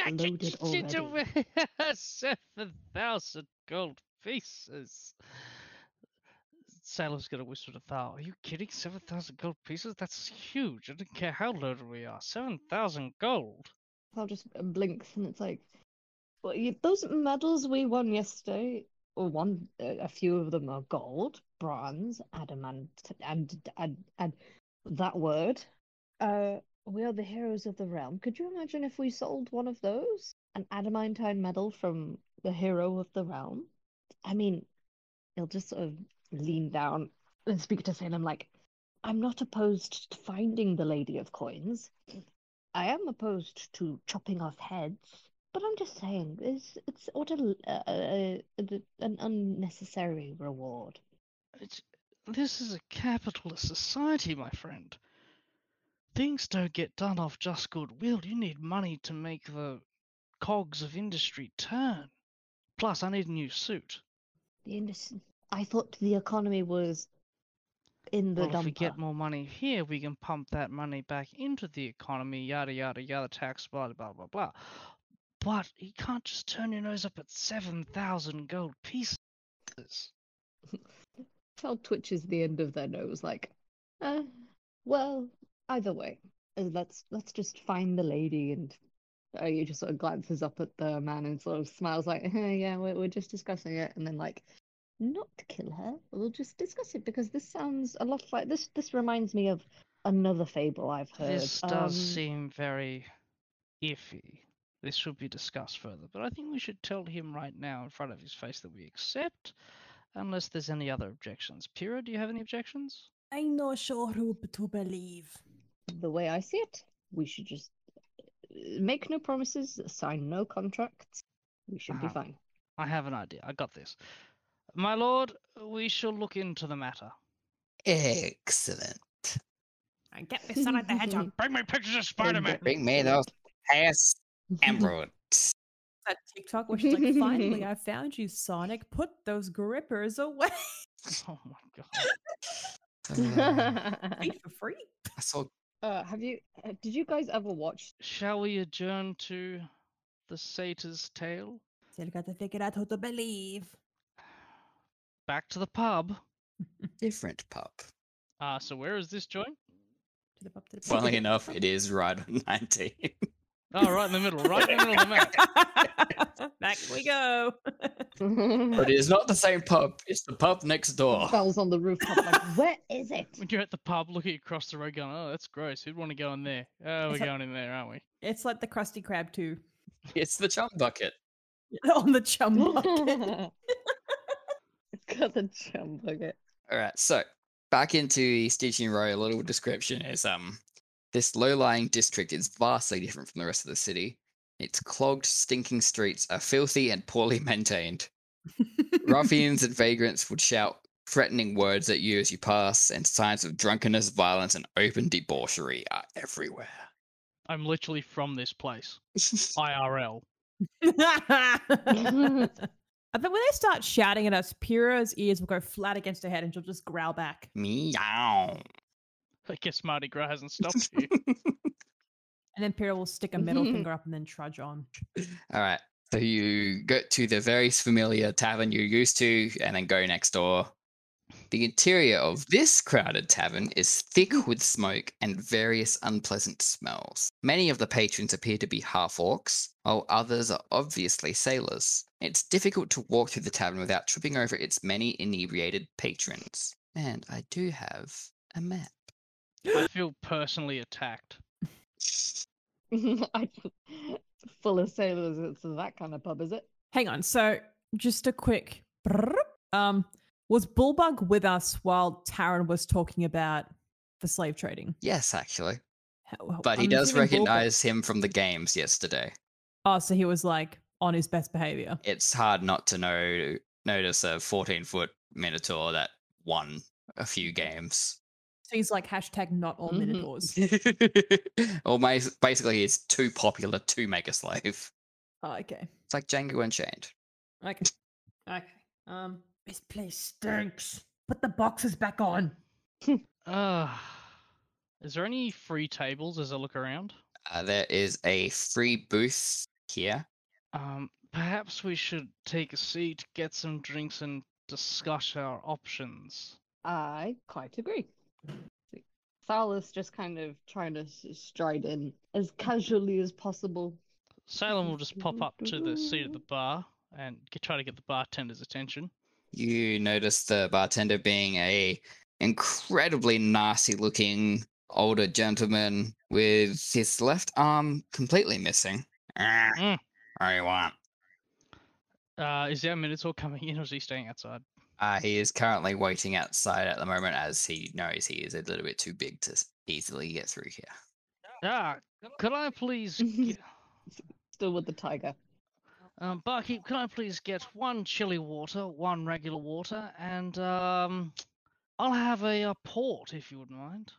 Speaker 1: loaded already.
Speaker 4: (laughs) Seven thousand gold pieces. Salem's gonna whisper to Thal, "Are you kidding? Seven thousand gold pieces? That's huge. I don't care how loaded we are. Seven thousand gold.
Speaker 1: Sal just blinks and it's like, well, you, those medals we won yesterday, or one, uh, a few of them are gold, bronze, adamant, and, and, and that word. Uh, we are the heroes of the realm. Could you imagine if we sold one of those? An adamantine medal from the hero of the realm? I mean, he'll just sort of lean down and speak to Salem like, I'm not opposed to finding the Lady of Coins. I am opposed to chopping off heads, but I'm just saying, it's, it's what a, uh, uh, uh, an unnecessary reward.
Speaker 4: It's, this is a capitalist society, my friend. Things don't get done off just goodwill. You need money to make the cogs of industry turn. Plus, I need a new suit.
Speaker 1: The industry. I thought the economy was in the
Speaker 4: well, if we
Speaker 1: dumper.
Speaker 4: get more money here, we can pump that money back into the economy, yada, yada, yada, tax, blah, blah, blah, blah. But you can't just turn your nose up at 7,000 gold pieces.
Speaker 1: Child twitches the end of their nose, like, uh, well, either way, uh, let's let's just find the lady. And uh, he just sort of glances up at the man and sort of smiles, like, (laughs) "Eh, yeah, we're we're just discussing it. And then like, not to kill her, we'll just discuss it because this sounds a lot like this. This reminds me of another fable I've heard.
Speaker 4: This does
Speaker 1: um,
Speaker 4: seem very iffy. This should be discussed further, but I think we should tell him right now in front of his face that we accept, unless there's any other objections. Pyrrha, do you have any objections?
Speaker 2: I'm not sure who b- to believe.
Speaker 1: the way I see it, we should just uh, make no promises, sign no contracts. We should be
Speaker 4: Uh-huh.
Speaker 1: fine.
Speaker 4: I have an idea. I got this. My lord, we shall look into the matter.
Speaker 3: Excellent.
Speaker 2: I get this side of the (laughs) hedgehog.
Speaker 4: Bring me pictures of
Speaker 1: Bring
Speaker 4: Spider-Man.
Speaker 1: back-
Speaker 3: Bring me those past
Speaker 1: (laughs)
Speaker 3: emeralds.
Speaker 5: That TikTok where she's like, finally, I found you, Sonic. Put those
Speaker 2: (laughs)
Speaker 5: grippers away.
Speaker 4: (laughs) Oh my god.
Speaker 1: (laughs)
Speaker 3: Uh,
Speaker 2: (laughs)
Speaker 5: Free for free.
Speaker 3: I saw
Speaker 1: Uh, have you? Uh, did you guys ever
Speaker 4: (laughs)
Speaker 1: watch?
Speaker 4: Shall we adjourn to the satyr's tale?
Speaker 2: Still got to figure out who to believe.
Speaker 4: Back to the pub.
Speaker 3: different pub.
Speaker 4: Uh, so where is this joint?
Speaker 5: (laughs) To the pub, to the pub.
Speaker 3: Funnily enough, it is right on 19.
Speaker 4: Oh, right in the middle, right in the middle of
Speaker 1: (laughs)
Speaker 4: the map.
Speaker 5: (laughs) Back we go.
Speaker 3: But it is not the same pub. It's the pub next door.
Speaker 1: Bells on the rooftop, like, where is it?
Speaker 4: (laughs) When you're at the pub, looking across the road, going, "Oh, that's gross. Who'd want to go in there? Oh, we're
Speaker 5: It's like-
Speaker 4: going in there, aren't we?"
Speaker 5: It's like the Krusty Krab too
Speaker 3: It's the chum bucket.
Speaker 5: (laughs) on the
Speaker 1: (laughs)
Speaker 5: chum
Speaker 3: (laughs)
Speaker 5: bucket.
Speaker 1: Got the chum bucket. (laughs)
Speaker 3: All right, so back into the Stitching Row, a little description is um, this low-lying district is vastly different from the rest of the city. Its clogged, stinking streets are filthy and poorly maintained.
Speaker 5: (laughs)
Speaker 3: Ruffians and vagrants would shout threatening words at you as you pass, and signs of drunkenness, violence, and open debauchery are everywhere.
Speaker 4: I'm literally from this place, IRL.
Speaker 5: I think when they start shouting at us, Pyrrha's ears will go flat against her head and she'll just growl back.
Speaker 3: Meow.
Speaker 4: I guess Mardi Gras hasn't stopped you.
Speaker 5: And then Pyrrha will stick a
Speaker 3: (laughs)
Speaker 5: middle finger up and then trudge on.
Speaker 3: All right. So you go to the very familiar tavern you're used to and then go next door. The interior of this crowded tavern is thick with smoke and various unpleasant smells. Many of the patrons appear to be half orcs, while others are obviously sailors. It's difficult to walk through the tavern without tripping over its many inebriated patrons. And I do have a map.
Speaker 1: (laughs)
Speaker 4: I feel personally attacked.
Speaker 1: I just- Full of sailors, it's that kind of pub, is it?
Speaker 5: Hang on. So, just a quick. Um, was Bullbug with us while Taryn was talking about the slave trading?
Speaker 3: Yes, actually.
Speaker 5: How-
Speaker 3: But he
Speaker 5: I'm
Speaker 3: does
Speaker 5: assuming Bullbug-
Speaker 3: recognize him from the games yesterday.
Speaker 5: Oh, so he was like on his best behavior.
Speaker 3: it's hard not to know notice a 14 foot minotaur that won a few games (laughs)
Speaker 5: So he's like hashtag not all
Speaker 1: Mhm.
Speaker 3: Mm-hmm.
Speaker 5: minotaurs.
Speaker 3: or ma- basically it's too popular to make a slave it's
Speaker 5: oh, okay.
Speaker 3: like django unchained
Speaker 5: Okay. Okay. Um,
Speaker 2: This place stinks. Put the boxes back on.
Speaker 4: Ah, is there any free tables as I look around?
Speaker 3: uh, there is a free booth here
Speaker 4: Um, perhaps we should take a seat, get some drinks, and discuss our options.
Speaker 1: I quite agree. Thalys just kind of trying to s- stride in as casually as possible.
Speaker 4: Salem will just pop up to the seat at the bar and g- try to get the bartender's attention.
Speaker 3: you notice the bartender being a incredibly nasty looking older gentleman with his left arm completely missing Ah,
Speaker 4: Mm.
Speaker 3: what do you want
Speaker 4: Uh, is our Minotaur coming in or is he staying outside?
Speaker 3: Uh, he is currently waiting outside at the moment as he knows he is a little bit too big to s- easily get through here. (laughs)
Speaker 4: Ah, could I please. Get...
Speaker 1: Still with the tiger.
Speaker 4: Um, barkeep, can I please get one chili water, one regular water, and um, I'll have a, uh port if you wouldn't mind.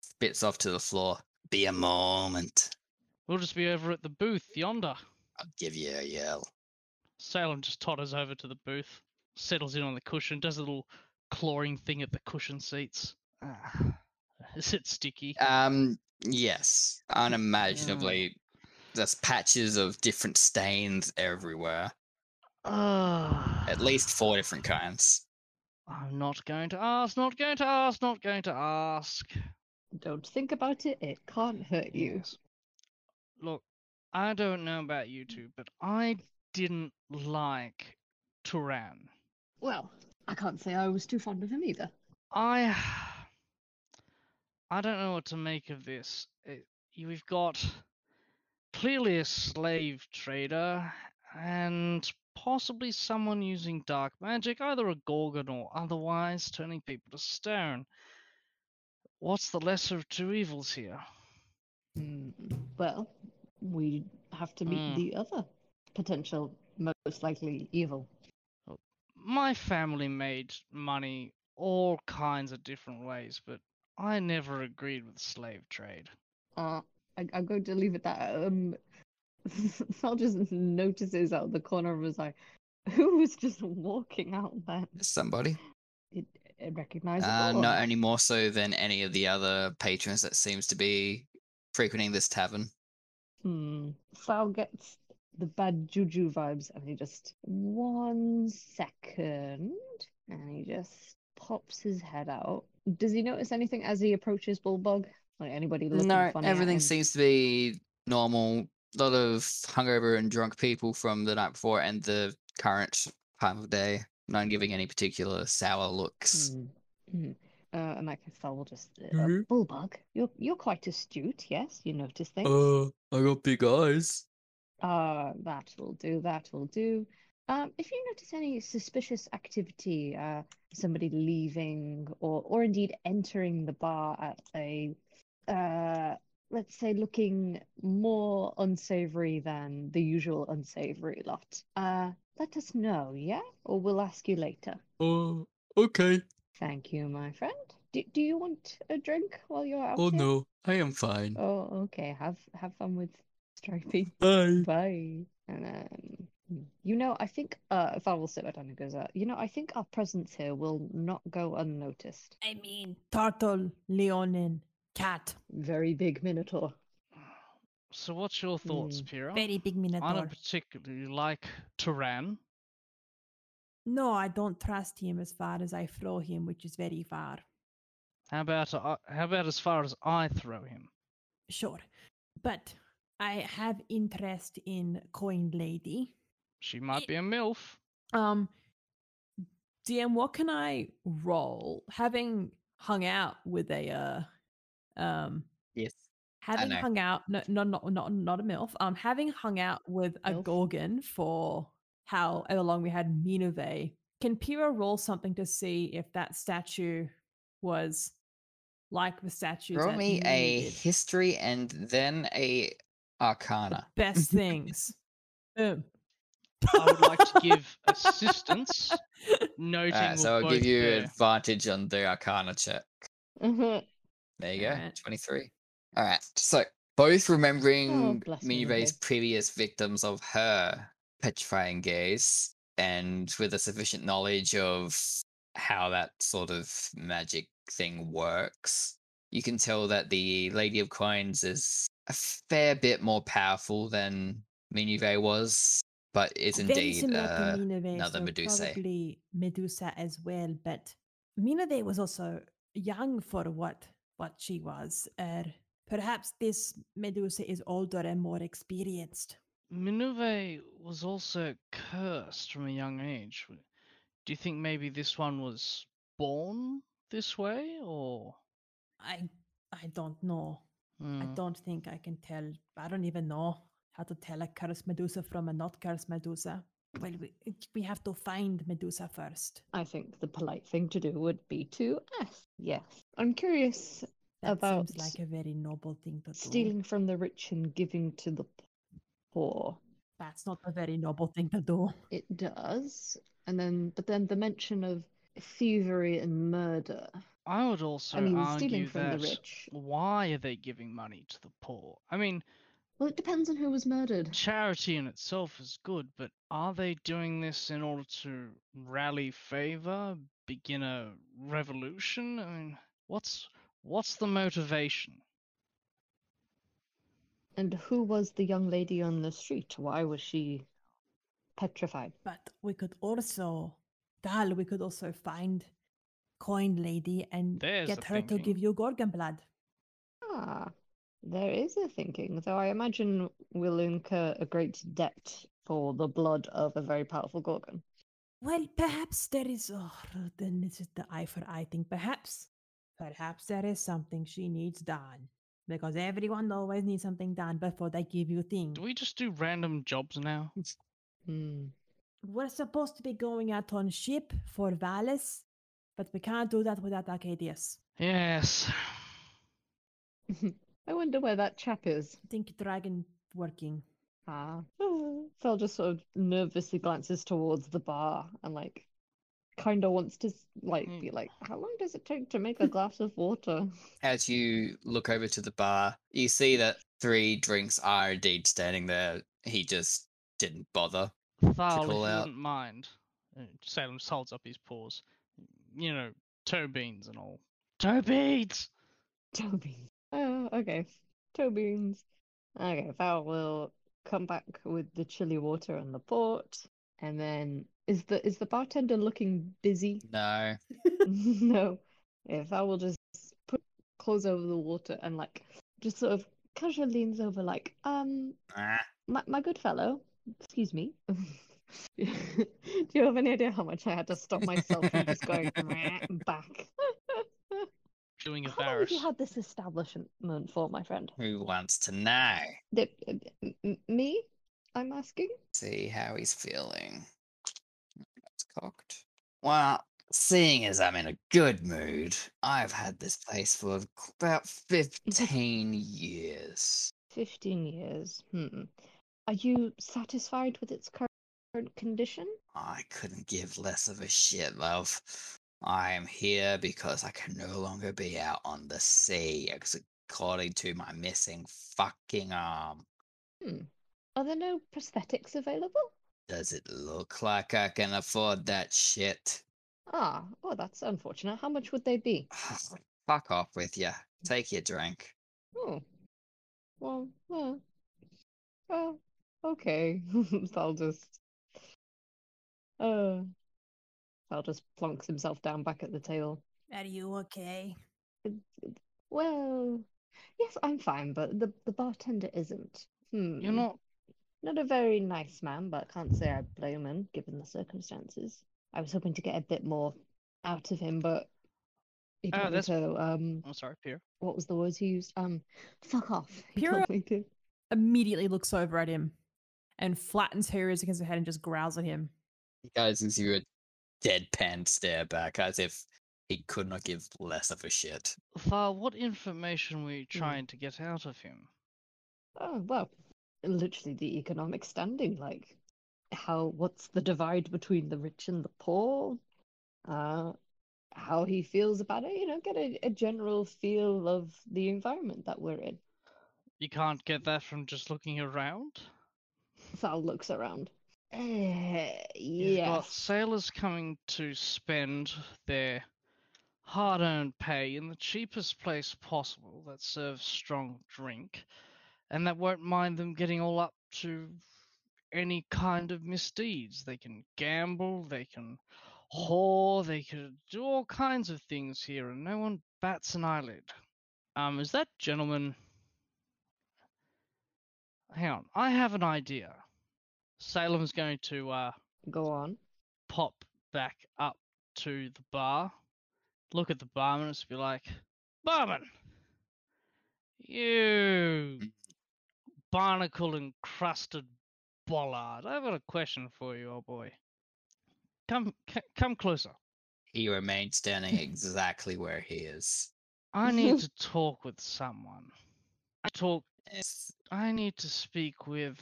Speaker 3: Spits off to the floor. Be a moment.
Speaker 4: We'll just be over at the booth yonder.
Speaker 3: I'll give you a yell.
Speaker 4: Salem just totters over to the booth, settles in on the cushion, does a little clawing thing at the cushion seats. Ah, is it sticky?
Speaker 3: Um, yes, unimaginably. There's patches of different stains everywhere.
Speaker 4: Ah,
Speaker 3: At least four different kinds.
Speaker 4: I'm not going to ask, not going to ask, not going to ask.
Speaker 1: Don't think about it, it can't hurt you.
Speaker 4: Yes. Look, I don't know about you two, but I didn't like Turan.
Speaker 1: Well, I can't say I was too fond of him either.
Speaker 4: I I don't know what to make of this. It, you- we've got clearly a slave trader and possibly someone using dark magic, either a gorgon or otherwise, turning people to stone. What's the lesser of two evils here?
Speaker 1: Mm, Well, we have to meet
Speaker 4: Mm.
Speaker 1: the other potential, most likely evil.
Speaker 4: my family made money all kinds of different ways, but I never agreed with slave trade.
Speaker 1: Uh, I, I'm going to leave it that. Um, (laughs) Sal just notices out of the corner of his eye (laughs) who was just walking out there.
Speaker 3: Somebody.
Speaker 1: It, it recognized
Speaker 3: Uh,
Speaker 1: all.
Speaker 3: not any more so than any of the other patrons that seems to be frequenting this tavern.
Speaker 1: Hmm. Sal gets the bad juju vibes, and he just one second, and he just pops his head out. Does he notice anything as he approaches Bullbug? Like anybody looking
Speaker 3: No,
Speaker 1: funny at
Speaker 3: everything
Speaker 1: him?
Speaker 3: seems to be normal lot of hungover and drunk people from the night before and the current time of day. None giving any particular sour looks.
Speaker 1: Mm, mm. Uh, and I guess I will just uh, uh,
Speaker 3: Mhm.
Speaker 1: Bullbug. You're you're quite astute. Yes, you notice things.
Speaker 3: Uh, I got big eyes.
Speaker 1: Uh, that will do. That will do. Um, if you notice any suspicious activity, uh, somebody leaving or or indeed entering the bar at a, uh, let's say looking more unsavory than the usual unsavory lot, uh, let us know, yeah? Or we'll ask you later.
Speaker 3: Oh, okay.
Speaker 1: Thank you, my friend. Do, do you want a drink while you're out here?
Speaker 3: Oh, I am fine.
Speaker 1: Oh, okay. Have have fun with Stripey.
Speaker 3: Bye.
Speaker 1: Bye. And then, mm. you know, I think uh, if I will sit down and goes out, you know, I think our presence here will not go unnoticed.
Speaker 2: I mean, Turtle, Leonin, Cat,
Speaker 1: Very big (laughs) Minotaur.
Speaker 4: So what's your thoughts, Pyrrha?
Speaker 2: very big
Speaker 4: I
Speaker 2: Minotaur.
Speaker 4: don't particularly like Turan.
Speaker 2: No, I don't trust him as far as I throw him, which is very far.
Speaker 4: How about uh, how about as far as I throw him?
Speaker 2: Sure. But I have interest in Coin Lady.
Speaker 4: She might
Speaker 2: It-
Speaker 4: be a milf.
Speaker 5: Um, DM, what can I roll? Having hung out with a, uh, um,
Speaker 3: Yes.
Speaker 5: having
Speaker 3: know.
Speaker 5: hung out, no, no, not not not a milf. Um, having hung out with a
Speaker 1: Milf.
Speaker 5: gorgon for however long we had Minove. Can Pyrrha roll something to see if that statue was like the statue?
Speaker 3: Roll me a history and then a arcana.
Speaker 5: best things.
Speaker 3: (laughs)
Speaker 5: Um, Boom.
Speaker 4: I would
Speaker 1: (laughs)
Speaker 4: like to give assistance, noting
Speaker 3: Uh,
Speaker 4: we're
Speaker 3: so I'll
Speaker 4: both
Speaker 3: give you
Speaker 4: there.
Speaker 3: advantage on the arcana check.
Speaker 1: oh,
Speaker 3: There you go.
Speaker 5: Alright.
Speaker 3: 23. All right. So, both remembering
Speaker 1: bless me,
Speaker 3: Minuray's
Speaker 1: Minurey.
Speaker 3: previous victims of her petrifying gaze, and with a sufficient knowledge of how that sort of magic thing works, you can tell that the Lady of Coins is a fair bit more powerful than Minuve was, but is
Speaker 2: Very
Speaker 3: indeed
Speaker 2: similar to
Speaker 3: uh,
Speaker 2: Minave,
Speaker 3: another
Speaker 2: so
Speaker 3: Medusae.
Speaker 2: Probably Medusa as well, but Minave was also young for what what she was. Uh,
Speaker 5: er,
Speaker 2: perhaps this Medusa is older and more experienced.
Speaker 4: Minerve was also cursed from a young age. W- Do you think maybe this one was born this way, or
Speaker 2: I I don't know. I
Speaker 1: Mm.
Speaker 4: Hmm,
Speaker 2: don't think I can tell. I don't even know how to tell a cursed Medusa from a not cursed Medusa. Well, we, it- we have to find Medusa first.
Speaker 1: I think the polite thing to do would be to ask. Yes. I'm curious,
Speaker 2: That
Speaker 1: About
Speaker 2: seems like a very noble thing to do.
Speaker 1: stealing from the rich and giving to the poor.
Speaker 2: That's not a very noble thing to do.
Speaker 1: It does. And then, but then the mention of thievery and murder.
Speaker 4: I would also
Speaker 1: I mean, stealing
Speaker 4: argue
Speaker 1: from
Speaker 4: that
Speaker 1: the rich.
Speaker 4: why are they giving money to the poor? I mean,
Speaker 1: Well, it depends on who was murdered.
Speaker 4: charity in itself is good, but are they doing this in order to rally favor, begin a revolution? I mean, what's what's the motivation?
Speaker 1: And who was the young lady on the street? Why was she petrified?
Speaker 2: But we could also, Dal, we could also find Coin Lady and
Speaker 4: There's
Speaker 2: get
Speaker 4: the
Speaker 2: her to give
Speaker 4: thinking.
Speaker 2: you Gorgon blood.
Speaker 1: Ah, there is a thinking, though I imagine we'll incur a great debt for the blood of a very powerful Gorgon.
Speaker 2: Well, perhaps there is. Oh, then this is the eye for eye thing. Perhaps, perhaps there is something she needs done. Because everyone always needs something done before they give you things.
Speaker 4: Do we just do random jobs now?
Speaker 1: Hmm.
Speaker 2: We're supposed to be going out on ship for Valis, but we can't do that without Arcadius.
Speaker 4: Yes.
Speaker 1: I wonder where that chap is.
Speaker 2: I think dragon working.
Speaker 1: Ah. (sighs) Phil just sort of nervously glances towards the bar and like kind of wants to s- like
Speaker 4: Mm.
Speaker 1: be like, how long does it take to make a glass of water?
Speaker 3: as you look over to the bar, you see that three drinks are indeed standing there. He just didn't bother.
Speaker 4: Thal, if you
Speaker 3: call out.
Speaker 4: wouldn't mind. Uh, Salem just holds up his paws. You know, toe beans and all. Toe beans!
Speaker 1: (laughs) Toe beans. Oh, okay. Toe beans. Okay, Val will come back with the chili water and the port. And then is the is the bartender looking (laughs) busy?
Speaker 3: No.
Speaker 1: No. If I will just put claws over the water and like just sort of Casual leans over, like, um,
Speaker 3: Ah,
Speaker 1: my, my good fellow, excuse me. (laughs) Do you have any idea how much I had to stop myself from just going "Meh," back?
Speaker 4: Doing
Speaker 1: How long have you
Speaker 4: embarrassed.
Speaker 1: had this establishment for, my friend?
Speaker 3: who wants to know?
Speaker 1: The- m- m- me? I'm asking.
Speaker 3: See how he's feeling. That's cocked. Well, seeing as I'm in a good mood, I've had this place for about 15 years.
Speaker 1: 15 years. Hmm. Are you satisfied with its cur- current condition?
Speaker 3: I couldn't give less of a shit, love. I am here because I can no longer be out on the sea, ex- according to my missing fucking arm.
Speaker 1: Hmm. Are there no prosthetics available?
Speaker 3: Does it look like I can afford that shit? (sighs)
Speaker 1: Ah, oh, that's unfortunate. How much would they be?
Speaker 3: Fuck off with you. Take your drink.
Speaker 1: Oh, well, well, well, okay. (laughs) I'll just, uh, I'll just plonks himself down back at the table.
Speaker 2: Are you okay?
Speaker 1: Well, yes, I'm fine, but the the bartender isn't. Hmm.
Speaker 4: You're not
Speaker 1: Not a very nice man, but can't say I blame him given the circumstances. I was hoping to get a bit more out of him, but he
Speaker 4: Ah,
Speaker 1: told me
Speaker 4: that's-
Speaker 1: to, um,
Speaker 4: I'm sorry, Pierre.
Speaker 1: what was the words he used? Um, fuck off. He
Speaker 5: Pure-
Speaker 1: told me to.
Speaker 5: Immediately looks over at him and flattens her ears against her head and just growls at him.
Speaker 3: He guys gives you a deadpan stare back as if he could not give less of a shit.
Speaker 4: Val, what information were you trying to get out of him?
Speaker 1: Oh, well, literally the economic standing, like how what's the divide between the rich and the poor? Uh, how he feels about it, you know, get a, a general feel of the environment that we're in.
Speaker 4: You can't get that from just looking around?
Speaker 1: Val looks around. Eh,
Speaker 4: You've got
Speaker 1: yes.
Speaker 4: sailors coming to spend their hard earned pay in the cheapest place possible that serves strong drink, and that won't mind them getting all up to any kind of misdeeds. They can gamble, they can whore, they can do all kinds of things here, and no one bats an eyelid. Um, is that gentleman. Hang on, I have an idea. Salem's going to uh,
Speaker 1: Go on.
Speaker 4: pop back up to the bar, look at the barman, and just be like, Barman, you barnacle encrusted bollard, I've got a question for you, old boy. Come, c- come closer.
Speaker 3: He remains standing exactly where he is.
Speaker 4: I need to talk with someone. I talk
Speaker 3: It's
Speaker 4: I need to speak with.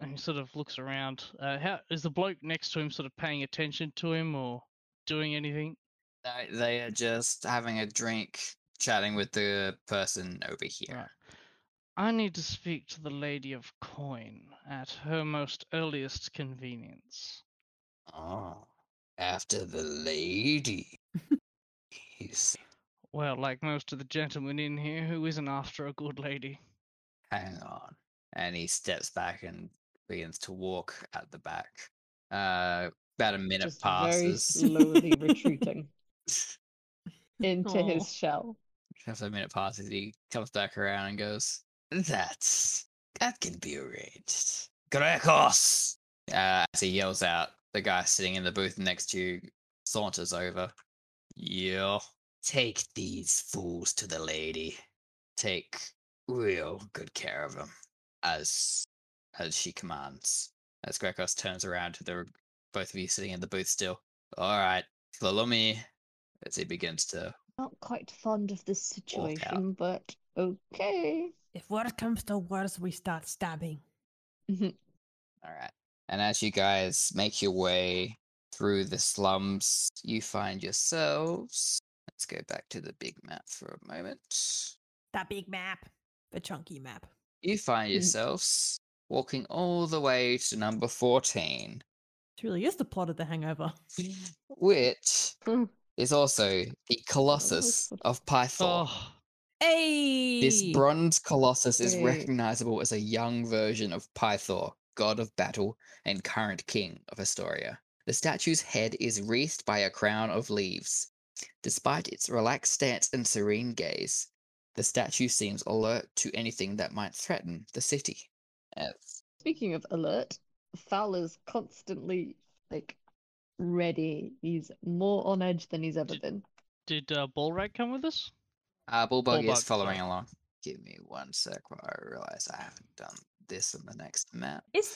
Speaker 4: And he sort of looks around. Uh, how is the bloke next to him sort of paying attention to him or doing anything?
Speaker 3: No, they are just having a drink, chatting with the person over here.
Speaker 4: I need to speak to the Lady of Coin at her most earliest convenience.
Speaker 3: Oh, after the lady. He's
Speaker 4: Well, like most of the gentlemen in here, who isn't after a good lady?
Speaker 3: hang on, and he steps back and begins to walk at the back. Uh, about a minute
Speaker 1: Just very
Speaker 3: passes. (laughs)
Speaker 1: slowly retreating into his shell.
Speaker 3: After a minute passes, he comes back around and goes, "That's that can be arranged." Grekos. Uh, as he yells out, the guy sitting in the booth next to you saunters over. Yeah, take these fools to the lady. Take real good care of them, as as she commands. As Grekos turns around to the both of you sitting in the booth still. All right, follow me. As he begins to
Speaker 1: Not quite fond of this
Speaker 3: Walk out.
Speaker 1: situation, but okay. (laughs)
Speaker 2: If worse comes to worse, we start stabbing.
Speaker 3: All right. And as you guys make your way through the slums, you find yourselves. Let's go back to the big map for a moment.
Speaker 2: That big map. The chunky map.
Speaker 3: You find
Speaker 1: Mm.
Speaker 3: yourselves walking all the way to number 14,
Speaker 5: It really is the plot of The Hangover.
Speaker 3: which
Speaker 1: Hmm.
Speaker 3: is also the Colossus
Speaker 1: what-
Speaker 3: of Pythor.
Speaker 4: Oh,
Speaker 5: Hey!
Speaker 3: This bronze Colossus is
Speaker 1: Hey.
Speaker 3: recognizable as a young version of Pythor, god of battle and current king of Astoria. The statue's head is wreathed by a crown of leaves. Despite its relaxed stance and serene gaze, The statue seems alert to anything that might threaten the city. As
Speaker 1: Speaking of alert, Fowler's constantly like ready. He's more on edge than he's ever
Speaker 4: Did-
Speaker 1: been.
Speaker 4: Did uh, Bullrag come with us?
Speaker 3: uh, Bullbug
Speaker 4: Bullbug,
Speaker 3: is following
Speaker 4: sorry.
Speaker 3: along. Give me one sec while I realize I haven't done this on the next map.
Speaker 5: Is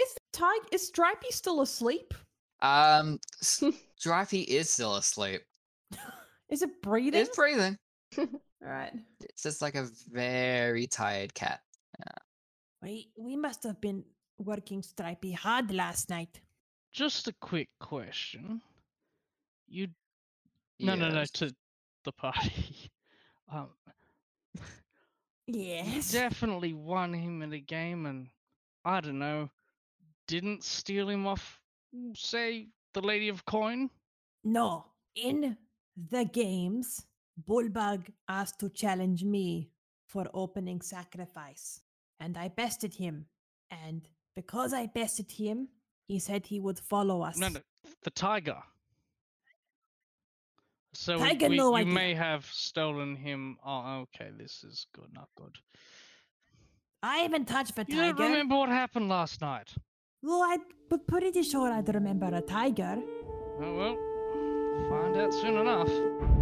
Speaker 5: is Tiger is Stripey still asleep?
Speaker 3: Um, Stripey is still asleep.
Speaker 5: Is it breathing?
Speaker 3: It's breathing.
Speaker 5: All right.
Speaker 3: It's just like a very tired cat.
Speaker 2: We we must have been working stripey hard last night.
Speaker 4: Just a quick question. You no no no
Speaker 3: Yes.
Speaker 4: to the party. (laughs) Um, you
Speaker 2: Yes.
Speaker 4: definitely won him in a game, and I don't know, didn't steal him off, mm, say the Lady of Coin.
Speaker 2: No. In the games, Bullbug asked to challenge me for opening sacrifice, and I bested him. And because I bested him, he said he would follow us.
Speaker 4: No no the tiger. So we-
Speaker 2: Tiger,
Speaker 4: we-
Speaker 2: no
Speaker 4: you
Speaker 2: idea.
Speaker 4: may have stolen him. Oh, okay, this is good, not good.
Speaker 2: I haven't touched a
Speaker 4: You
Speaker 2: tiger.
Speaker 4: don't remember what happened last night.
Speaker 2: Well, I'm pretty sure I'd remember a tiger.
Speaker 4: Oh well, find out soon enough.